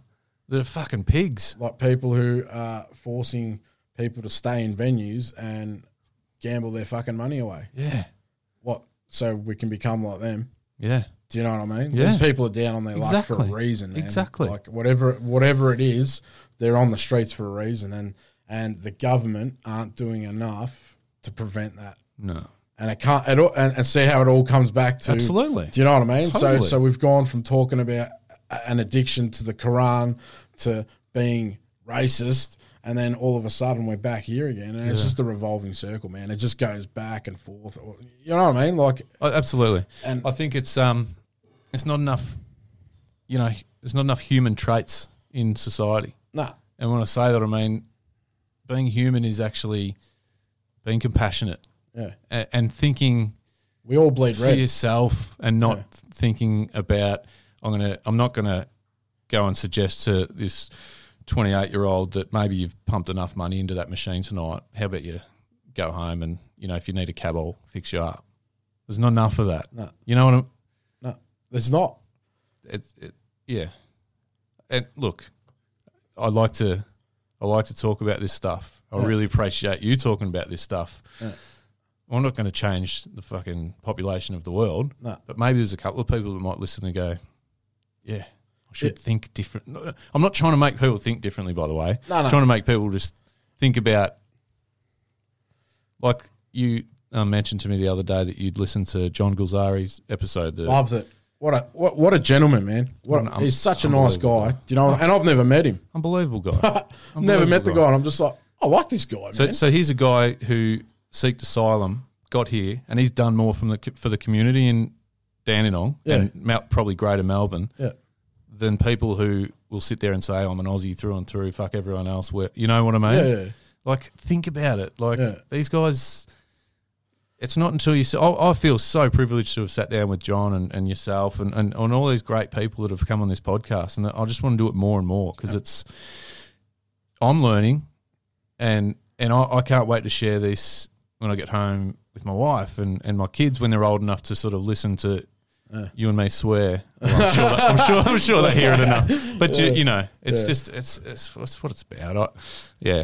[SPEAKER 2] that are fucking pigs.
[SPEAKER 1] Like people who are forcing people to stay in venues and gamble their fucking money away.
[SPEAKER 2] Yeah.
[SPEAKER 1] What? So we can become like them.
[SPEAKER 2] Yeah.
[SPEAKER 1] Do you know what I mean?
[SPEAKER 2] Yeah.
[SPEAKER 1] These people are down on their luck
[SPEAKER 2] Exactly.
[SPEAKER 1] for a reason. man.
[SPEAKER 2] Exactly.
[SPEAKER 1] Like whatever whatever it is, they're on the streets for a reason and and the government aren't doing enough to prevent that.
[SPEAKER 2] No.
[SPEAKER 1] And it can't at all and, and see how it all comes back to
[SPEAKER 2] Absolutely.
[SPEAKER 1] Do you know what I mean? So
[SPEAKER 2] Totally.
[SPEAKER 1] so we've gone from talking about a- an addiction to the Quran to being racist and then all of a sudden we're back here again and it's just a revolving circle man it just goes back and forth you know what i mean like
[SPEAKER 2] Oh, absolutely.
[SPEAKER 1] And-
[SPEAKER 2] I think it's um, it's not enough. You know, there's not enough human traits in society.
[SPEAKER 1] nah
[SPEAKER 2] And when I say that, I mean being human is actually being compassionate
[SPEAKER 1] yeah
[SPEAKER 2] and, and thinking
[SPEAKER 1] we all bleed
[SPEAKER 2] for
[SPEAKER 1] red
[SPEAKER 2] yourself and not thinking about I'm gonna I'm not gonna go and suggest to this 28 year old that maybe you've pumped enough money into that machine tonight. How about you go home and you know if you need a cab, I'll fix you up. There's not enough of that.
[SPEAKER 1] No.
[SPEAKER 2] You know what I'm?
[SPEAKER 1] No, there's not.
[SPEAKER 2] It's it, yeah. And look, I like to I like to talk about this stuff. I really appreciate you talking about this stuff. I'm not going to change the fucking population of the world,
[SPEAKER 1] No.
[SPEAKER 2] but maybe there's a couple of people that might listen and go, "Yeah, I should think different." No, I'm not trying to make people think differently, by the way.
[SPEAKER 1] No, no.
[SPEAKER 2] I'm trying to make people just think about, like you uh, mentioned to me the other day that you'd listened to John Gulzari's episode. The,
[SPEAKER 1] Loved it. What a what, what a gentleman, man. What a,
[SPEAKER 2] Un-
[SPEAKER 1] he's such a nice guy.
[SPEAKER 2] unbelievable.
[SPEAKER 1] Do you know? what- And I've never met him. [laughs]
[SPEAKER 2] unbelievable guy.
[SPEAKER 1] never met the
[SPEAKER 2] Unbelievable
[SPEAKER 1] guy, and I'm just like, I like this guy,
[SPEAKER 2] So,
[SPEAKER 1] man.
[SPEAKER 2] so he's a guy who sought asylum, got here, and he's done more from the for the community in Dandenong
[SPEAKER 1] Yeah.
[SPEAKER 2] and Mount, probably Greater Melbourne
[SPEAKER 1] Yeah,
[SPEAKER 2] than people who will sit there and say, I'm an Aussie through and through, fuck everyone else. Where, you know what I mean?
[SPEAKER 1] Yeah, yeah.
[SPEAKER 2] Like, think about it. Like,
[SPEAKER 1] Yeah.
[SPEAKER 2] these guys, it's not until you. I, I feel so privileged to have sat down with John and, and yourself and, and, and all these great people that have come on this podcast. And I just want to do it more and more because it's. I'm learning and and I, I can't wait to share this when I get home with my wife and, and my kids when they're old enough to sort of listen to you and me swear. Well, I'm, sure that, I'm sure I'm sure they hear it enough, but you, you know it's
[SPEAKER 1] Yeah.
[SPEAKER 2] just it's, it's it's what it's about. I, yeah,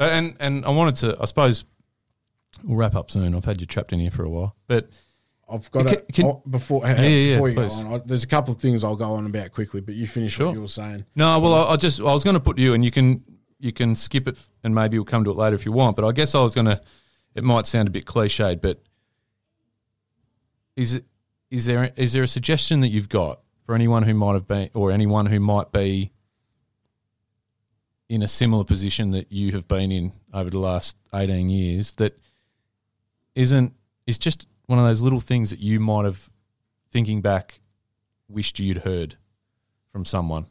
[SPEAKER 2] Uh, and and I wanted to I suppose we'll wrap up soon. I've had you trapped in here for a while, but
[SPEAKER 1] I've got
[SPEAKER 2] Can-
[SPEAKER 1] it
[SPEAKER 2] can-
[SPEAKER 1] before
[SPEAKER 2] yeah, yeah,
[SPEAKER 1] before you
[SPEAKER 2] please.
[SPEAKER 1] go on. I, there's a couple of things I'll go on about quickly, but you finish
[SPEAKER 2] Sure.
[SPEAKER 1] what you were saying.
[SPEAKER 2] No, well, I, I just I was going to put you, and you can you can skip it, and maybe we'll come to it later if you want. But I guess I was going to. It might sound a bit cliched, but is it is there is there a suggestion that you've got for anyone who might have been or anyone who might be in a similar position that you have been in over the last eighteen years that isn't is just one of those little things that you might have thinking back wished you'd heard from someone.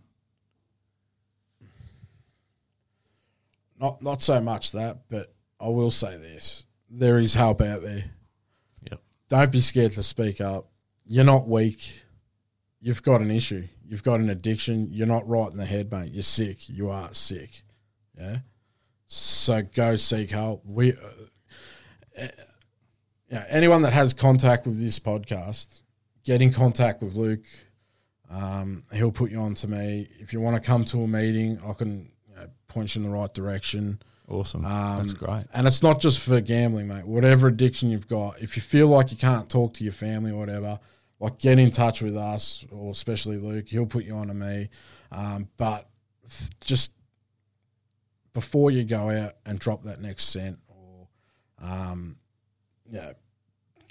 [SPEAKER 1] Not not so much that, but I will say this: there is help out there.
[SPEAKER 2] Yep.
[SPEAKER 1] Don't be scared to speak up. You're not weak. You've got an issue. You've got an addiction. You're not right in the head, mate. You're sick. You are sick. Yeah. So go seek help. We, uh, uh, yeah, anyone that has contact with this podcast, get in contact with Luke. Um, he'll put you on to me. If you want to come to a meeting, I can you know, point you in the right direction.
[SPEAKER 2] Awesome.
[SPEAKER 1] Um,
[SPEAKER 2] That's great.
[SPEAKER 1] And it's not just for gambling, mate. Whatever addiction you've got, if you feel like you can't talk to your family or whatever, like get in touch with us, or especially Luke. He'll put you on to me. Um, but th- just before you go out and drop that next cent, or um, you know,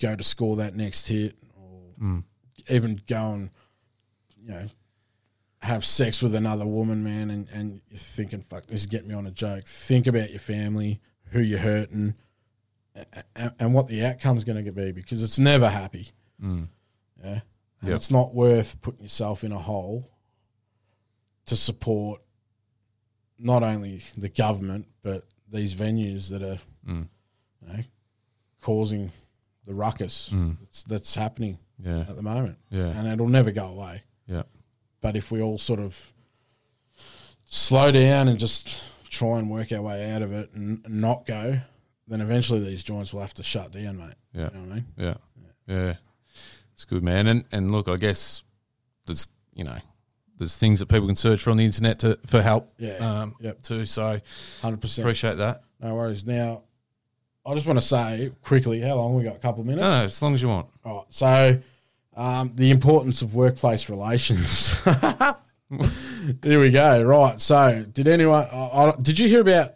[SPEAKER 1] go to score that next hit, or
[SPEAKER 2] Mm.
[SPEAKER 1] even go and you know have sex with another woman, man, and, and you're thinking, fuck, this is getting me on a joke. Think about your family, who you're hurting, and, and what the outcome's going to be because it's never happy.
[SPEAKER 2] Mm.
[SPEAKER 1] Yeah. And
[SPEAKER 2] Yep.
[SPEAKER 1] it's not worth putting yourself in a hole to support not only the government, but these venues that are
[SPEAKER 2] Mm.
[SPEAKER 1] you know, causing the ruckus
[SPEAKER 2] Mm.
[SPEAKER 1] that's, that's happening
[SPEAKER 2] Yeah.
[SPEAKER 1] at the moment.
[SPEAKER 2] Yeah.
[SPEAKER 1] And it'll never go away
[SPEAKER 2] Yeah.
[SPEAKER 1] but if we all sort of slow down and just try and work our way out of it and not go, then eventually these joints will have to shut down, mate.
[SPEAKER 2] Yeah.
[SPEAKER 1] You know what I mean?
[SPEAKER 2] Yeah. Yeah. It's good, man. And and look, I guess there's you know there's things that people can search for on the internet to for help.
[SPEAKER 1] Yeah.
[SPEAKER 2] Um,
[SPEAKER 1] Yep.
[SPEAKER 2] Too. So
[SPEAKER 1] 100%.
[SPEAKER 2] appreciate that.
[SPEAKER 1] No worries. Now, I just want to say quickly how long we got? A couple of minutes?
[SPEAKER 2] No, no, as long as you want.
[SPEAKER 1] All right. So, um, the importance of workplace relations. [laughs] Here we go. Right. So, did anyone, I, I, did you hear about,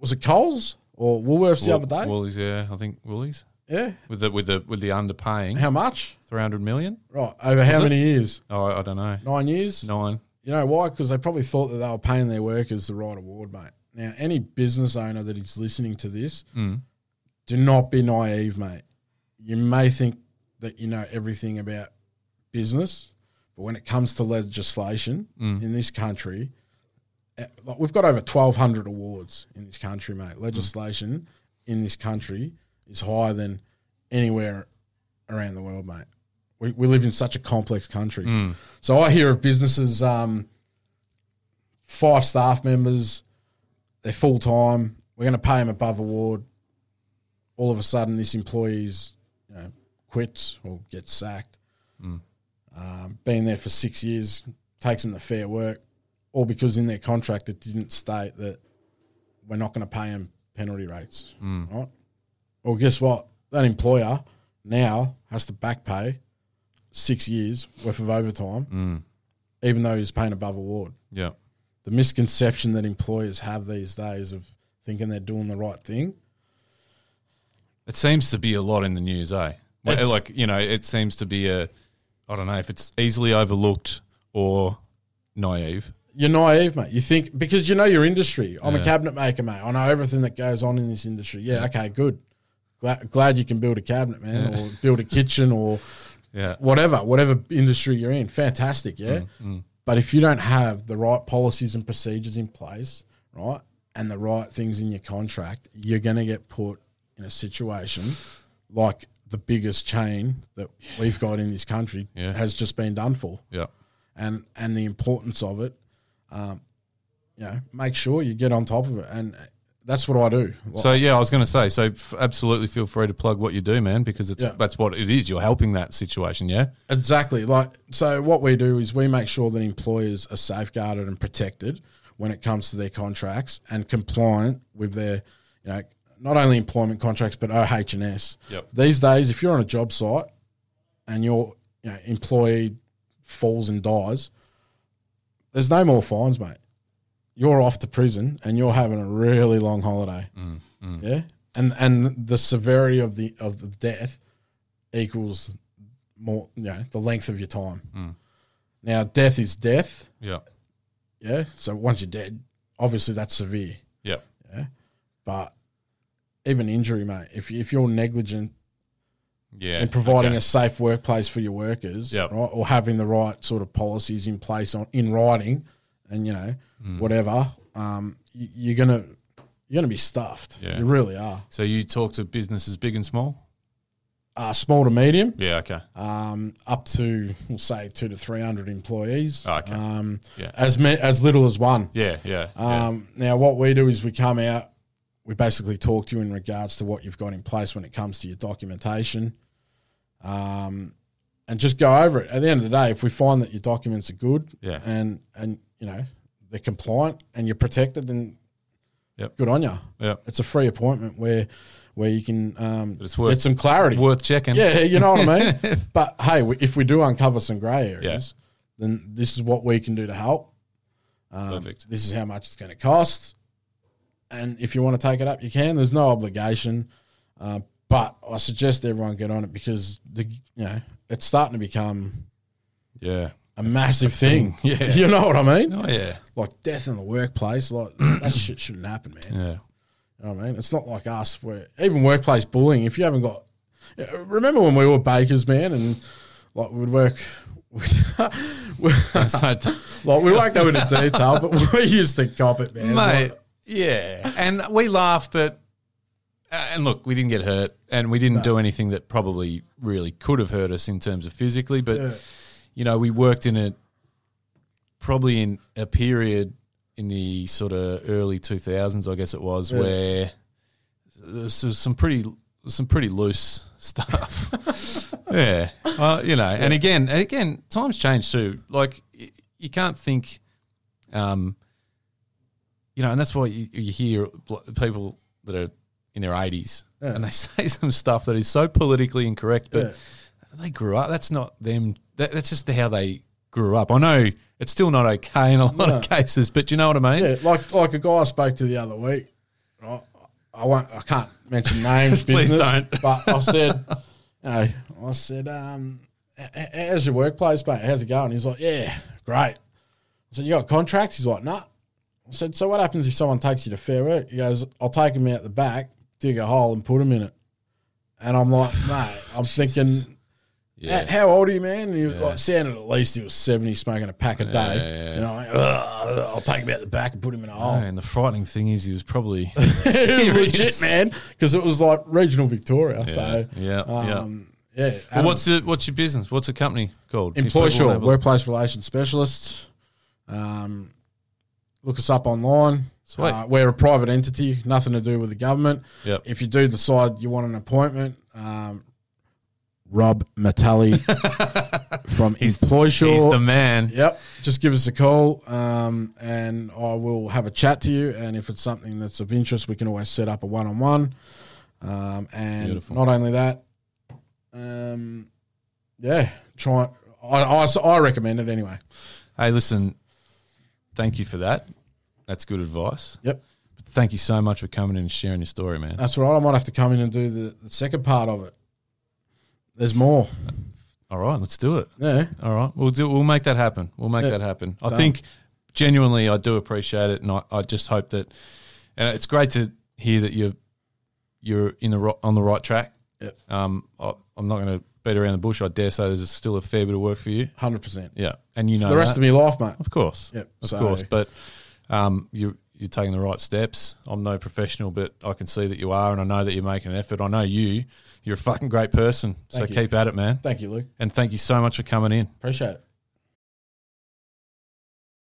[SPEAKER 1] was it Coles or Woolworths the other day?
[SPEAKER 2] Woolies. Yeah, I think Woolies
[SPEAKER 1] yeah.
[SPEAKER 2] with the with the with the underpaying
[SPEAKER 1] How much?
[SPEAKER 2] three hundred million.
[SPEAKER 1] Right. Over how
[SPEAKER 2] it?
[SPEAKER 1] many years?
[SPEAKER 2] Oh, I, I don't know.
[SPEAKER 1] Nine years?
[SPEAKER 2] Nine.
[SPEAKER 1] You know why? Because they probably thought that they were paying their workers the right award, mate. Now, any business owner that is listening to this,
[SPEAKER 2] Mm.
[SPEAKER 1] do not be naive, mate. You may think that you know everything about business, but when it comes to legislation
[SPEAKER 2] Mm.
[SPEAKER 1] in this country, eh, like we've got over 1,200 awards in this country, mate. Legislation in this country is higher than anywhere around the world, mate. We, we live in such a complex country.
[SPEAKER 2] Mm.
[SPEAKER 1] So I hear of businesses, um, five staff members, they're full time. We're going to pay them above award. All of a sudden, this employee's you know, quits or gets sacked.
[SPEAKER 2] Mm.
[SPEAKER 1] Um, been there for six years, takes them to fair work, all because in their contract it didn't state that we're not going to pay them penalty rates.
[SPEAKER 2] Mm.
[SPEAKER 1] Right? Well, guess what? That employer now has to back pay six years worth of overtime
[SPEAKER 2] Mm.
[SPEAKER 1] even though he's paying above award.
[SPEAKER 2] Yeah.
[SPEAKER 1] The misconception that employers have these days of thinking they're doing the right thing.
[SPEAKER 2] It seems to be a lot in the news, eh? Well,
[SPEAKER 1] It's-
[SPEAKER 2] like you know, it seems to be a I don't know if it's easily overlooked or naive.
[SPEAKER 1] You're naive, mate. You think because you know your industry. I'm
[SPEAKER 2] Yeah.
[SPEAKER 1] a cabinet maker, mate. I know everything that goes on in this industry. Yeah, okay, good. Glad, glad you can build a cabinet, man, or build a kitchen or
[SPEAKER 2] Yeah. Mm,
[SPEAKER 1] whatever, whatever industry you're in. Fantastic, yeah. But if you don't have the right policies and procedures in place, right, and the right things in your contract, you're going to get put in a situation like the biggest chain that we've got in this country
[SPEAKER 2] Yeah.
[SPEAKER 1] has just been done for,
[SPEAKER 2] Yeah.
[SPEAKER 1] and and the importance of it. Um, you know, make sure you get on top of it, and that's what I do. Like,
[SPEAKER 2] So yeah, I was going to say. So f- absolutely, feel free to plug what you do, man, because it's
[SPEAKER 1] Yeah.
[SPEAKER 2] that's what it is. You're helping that situation. Yeah.
[SPEAKER 1] Exactly. Like so what we do is we make sure that employers are safeguarded and protected when it comes to their contracts and compliant with their, you know, not only employment contracts but OH&S.
[SPEAKER 2] Yep.
[SPEAKER 1] These days if you're on a job site and your you know, employee falls and dies, there's no more fines, mate. You're off to prison and you're having a really long holiday. Yeah? And and the severity of the of the death equals more you know the length of your time.
[SPEAKER 2] Hmm.
[SPEAKER 1] Now death is death,
[SPEAKER 2] Yeah.
[SPEAKER 1] yeah. So once you're dead, obviously that's severe,
[SPEAKER 2] Yeah.
[SPEAKER 1] but even injury, mate. If you- if you're negligent
[SPEAKER 2] Yeah.
[SPEAKER 1] in providing
[SPEAKER 2] okay.
[SPEAKER 1] a safe workplace for your workers,
[SPEAKER 2] Yep.
[SPEAKER 1] right, or having the right sort of policies in place on in writing, and you know
[SPEAKER 2] Hmm.
[SPEAKER 1] whatever, um, you, you're gonna you're gonna be stuffed.
[SPEAKER 2] Yeah.
[SPEAKER 1] You really are.
[SPEAKER 2] So you talk to businesses big and small. Ah.
[SPEAKER 1] Uh, small to medium,
[SPEAKER 2] Yeah. Okay.
[SPEAKER 1] um, up to we'll say two to three hundred employees.
[SPEAKER 2] Oh, Okay.
[SPEAKER 1] Um,
[SPEAKER 2] Yeah.
[SPEAKER 1] As ma- as little as one.
[SPEAKER 2] Yeah. Yeah. yeah.
[SPEAKER 1] Um, Now, what we do is we come out, we basically talk to you in regards to what you've got in place when it comes to your documentation, um, and just go over it. At the end of the day, if we find that your documents are good,
[SPEAKER 2] Yeah.
[SPEAKER 1] and and you know they're compliant and you're protected, then
[SPEAKER 2] Yep.
[SPEAKER 1] good on you.
[SPEAKER 2] Yeah.
[SPEAKER 1] It's a free appointment where where you can um,
[SPEAKER 2] it's worth-
[SPEAKER 1] get some clarity.
[SPEAKER 2] Worth checking.
[SPEAKER 1] Yeah, you know what
[SPEAKER 2] [laughs]
[SPEAKER 1] I mean. but hey, we- if we do uncover some grey areas, then this is what we can do to help. Um,
[SPEAKER 2] Perfect.
[SPEAKER 1] This is how much it's going to cost, and if you want to take it up, you can. There's no obligation, uh, but I suggest everyone get on it because the you know it's starting to become
[SPEAKER 2] Yeah.
[SPEAKER 1] a massive thing.
[SPEAKER 2] Yeah.
[SPEAKER 1] [laughs] you know what I mean.
[SPEAKER 2] Oh yeah.
[SPEAKER 1] Like death in the workplace, like that shit shouldn't happen, man.
[SPEAKER 2] Yeah. [laughs]
[SPEAKER 1] You know what I mean? It's not like us where even workplace bullying, if you haven't got Yeah, remember when we were bakers, man, and like we'd work with [laughs] like
[SPEAKER 2] So,
[SPEAKER 1] we won't go into detail, but we used to cop it, man.
[SPEAKER 2] mate.
[SPEAKER 1] Like,
[SPEAKER 2] Yeah. And we laugh, but uh, and look, we didn't get hurt, and we didn't do anything that probably really could have hurt us in terms of physically, but.
[SPEAKER 1] yeah.
[SPEAKER 2] you know, we worked in a probably in a period in the sort of early 2000s, I guess it was,
[SPEAKER 1] Yeah.
[SPEAKER 2] where there's some pretty some pretty loose [laughs] stuff. yeah, uh, you know, and again, and again, times change too. Like y- you can't think, um, you know, and that's why you, you hear bl- people that are in their 80s
[SPEAKER 1] Yeah.
[SPEAKER 2] and they [laughs] say some stuff that is so politically incorrect, but
[SPEAKER 1] Yeah.
[SPEAKER 2] they grew up. That's not them. That, that's just how they grew up. I know it's still not okay in a lot of cases, but you know what I mean?
[SPEAKER 1] Yeah, like like a guy I spoke to the other week, right? I won't I can't mention names,
[SPEAKER 2] [laughs] Please
[SPEAKER 1] business,
[SPEAKER 2] don't.
[SPEAKER 1] but I said, you know, I said, um, "H- h- how's your workplace, mate? How's it going? He's like, Yeah, great. I said, You got contracts? He's like, Nah. I said, So what happens if someone takes you to fair work? He goes, I'll take him out the back, dig a hole and put him in it. And I'm
[SPEAKER 2] [laughs]
[SPEAKER 1] like, mate, I'm thinking
[SPEAKER 2] Yeah.
[SPEAKER 1] "How- How old are you, man? And he was like, sounded at least he was 70 smoking a pack a day.
[SPEAKER 2] Yeah, yeah, yeah.
[SPEAKER 1] And I'm like, "Ugh, I'll take him out the back and put him in a hole.
[SPEAKER 2] Oh, and the frightening thing is, he was probably
[SPEAKER 1] [laughs] It was [laughs]
[SPEAKER 2] serious.
[SPEAKER 1] legit, man, because it was like regional Victoria.
[SPEAKER 2] Yeah,
[SPEAKER 1] So,
[SPEAKER 2] yeah. yeah.
[SPEAKER 1] um, yeah.
[SPEAKER 2] Well,
[SPEAKER 1] Adam-
[SPEAKER 2] what's the what's your business? What's the company called? If
[SPEAKER 1] Employ
[SPEAKER 2] people
[SPEAKER 1] Sure,
[SPEAKER 2] have a-
[SPEAKER 1] workplace relations specialists. Um, look us up online.
[SPEAKER 2] Sweet.
[SPEAKER 1] Uh, we're a private entity, nothing to do with the government.
[SPEAKER 2] Yep.
[SPEAKER 1] If you do decide you want an appointment, um, Rob Metalli from Employ Sure.
[SPEAKER 2] He's the man.
[SPEAKER 1] Yep. Just give us a call um, and I will have a chat to you. And if it's something that's of interest, we can always set up a one on one. And
[SPEAKER 2] Beautiful.
[SPEAKER 1] not only that, um, yeah, try. I, I, I recommend it anyway.
[SPEAKER 2] Hey, listen, thank you for that. That's good advice.
[SPEAKER 1] Yep. Uh,
[SPEAKER 2] Thank you so much for coming in and sharing your story, man.
[SPEAKER 1] That's right. I might have to come in and do the, the second part of it. There's more.
[SPEAKER 2] All right, let's do it.
[SPEAKER 1] Yeah.
[SPEAKER 2] All right, we'll do. We'll make that happen. We'll make
[SPEAKER 1] Yeah.
[SPEAKER 2] that happen. I
[SPEAKER 1] Done.
[SPEAKER 2] think genuinely, I do appreciate it, and I, I just hope that. And it's great to hear that you're you're in the ro- on the right track.
[SPEAKER 1] Yep.
[SPEAKER 2] Um, I, I'm not going to beat around the bush. I dare say there's still a fair bit of work for you.
[SPEAKER 1] hundred percent.
[SPEAKER 2] Yeah, and you know
[SPEAKER 1] For the rest
[SPEAKER 2] that.
[SPEAKER 1] of my life, mate.
[SPEAKER 2] Of course.
[SPEAKER 1] Yep,
[SPEAKER 2] Of
[SPEAKER 1] so-
[SPEAKER 2] course. But um, you you're taking the right steps. I'm no professional, but I can see that you are, and I know that you're making an effort. I know you. You're a fucking great person. so
[SPEAKER 1] Thank you.
[SPEAKER 2] keep at it, man.
[SPEAKER 1] Thank you, Luke.
[SPEAKER 2] And thank you so much for coming in.
[SPEAKER 1] Appreciate it.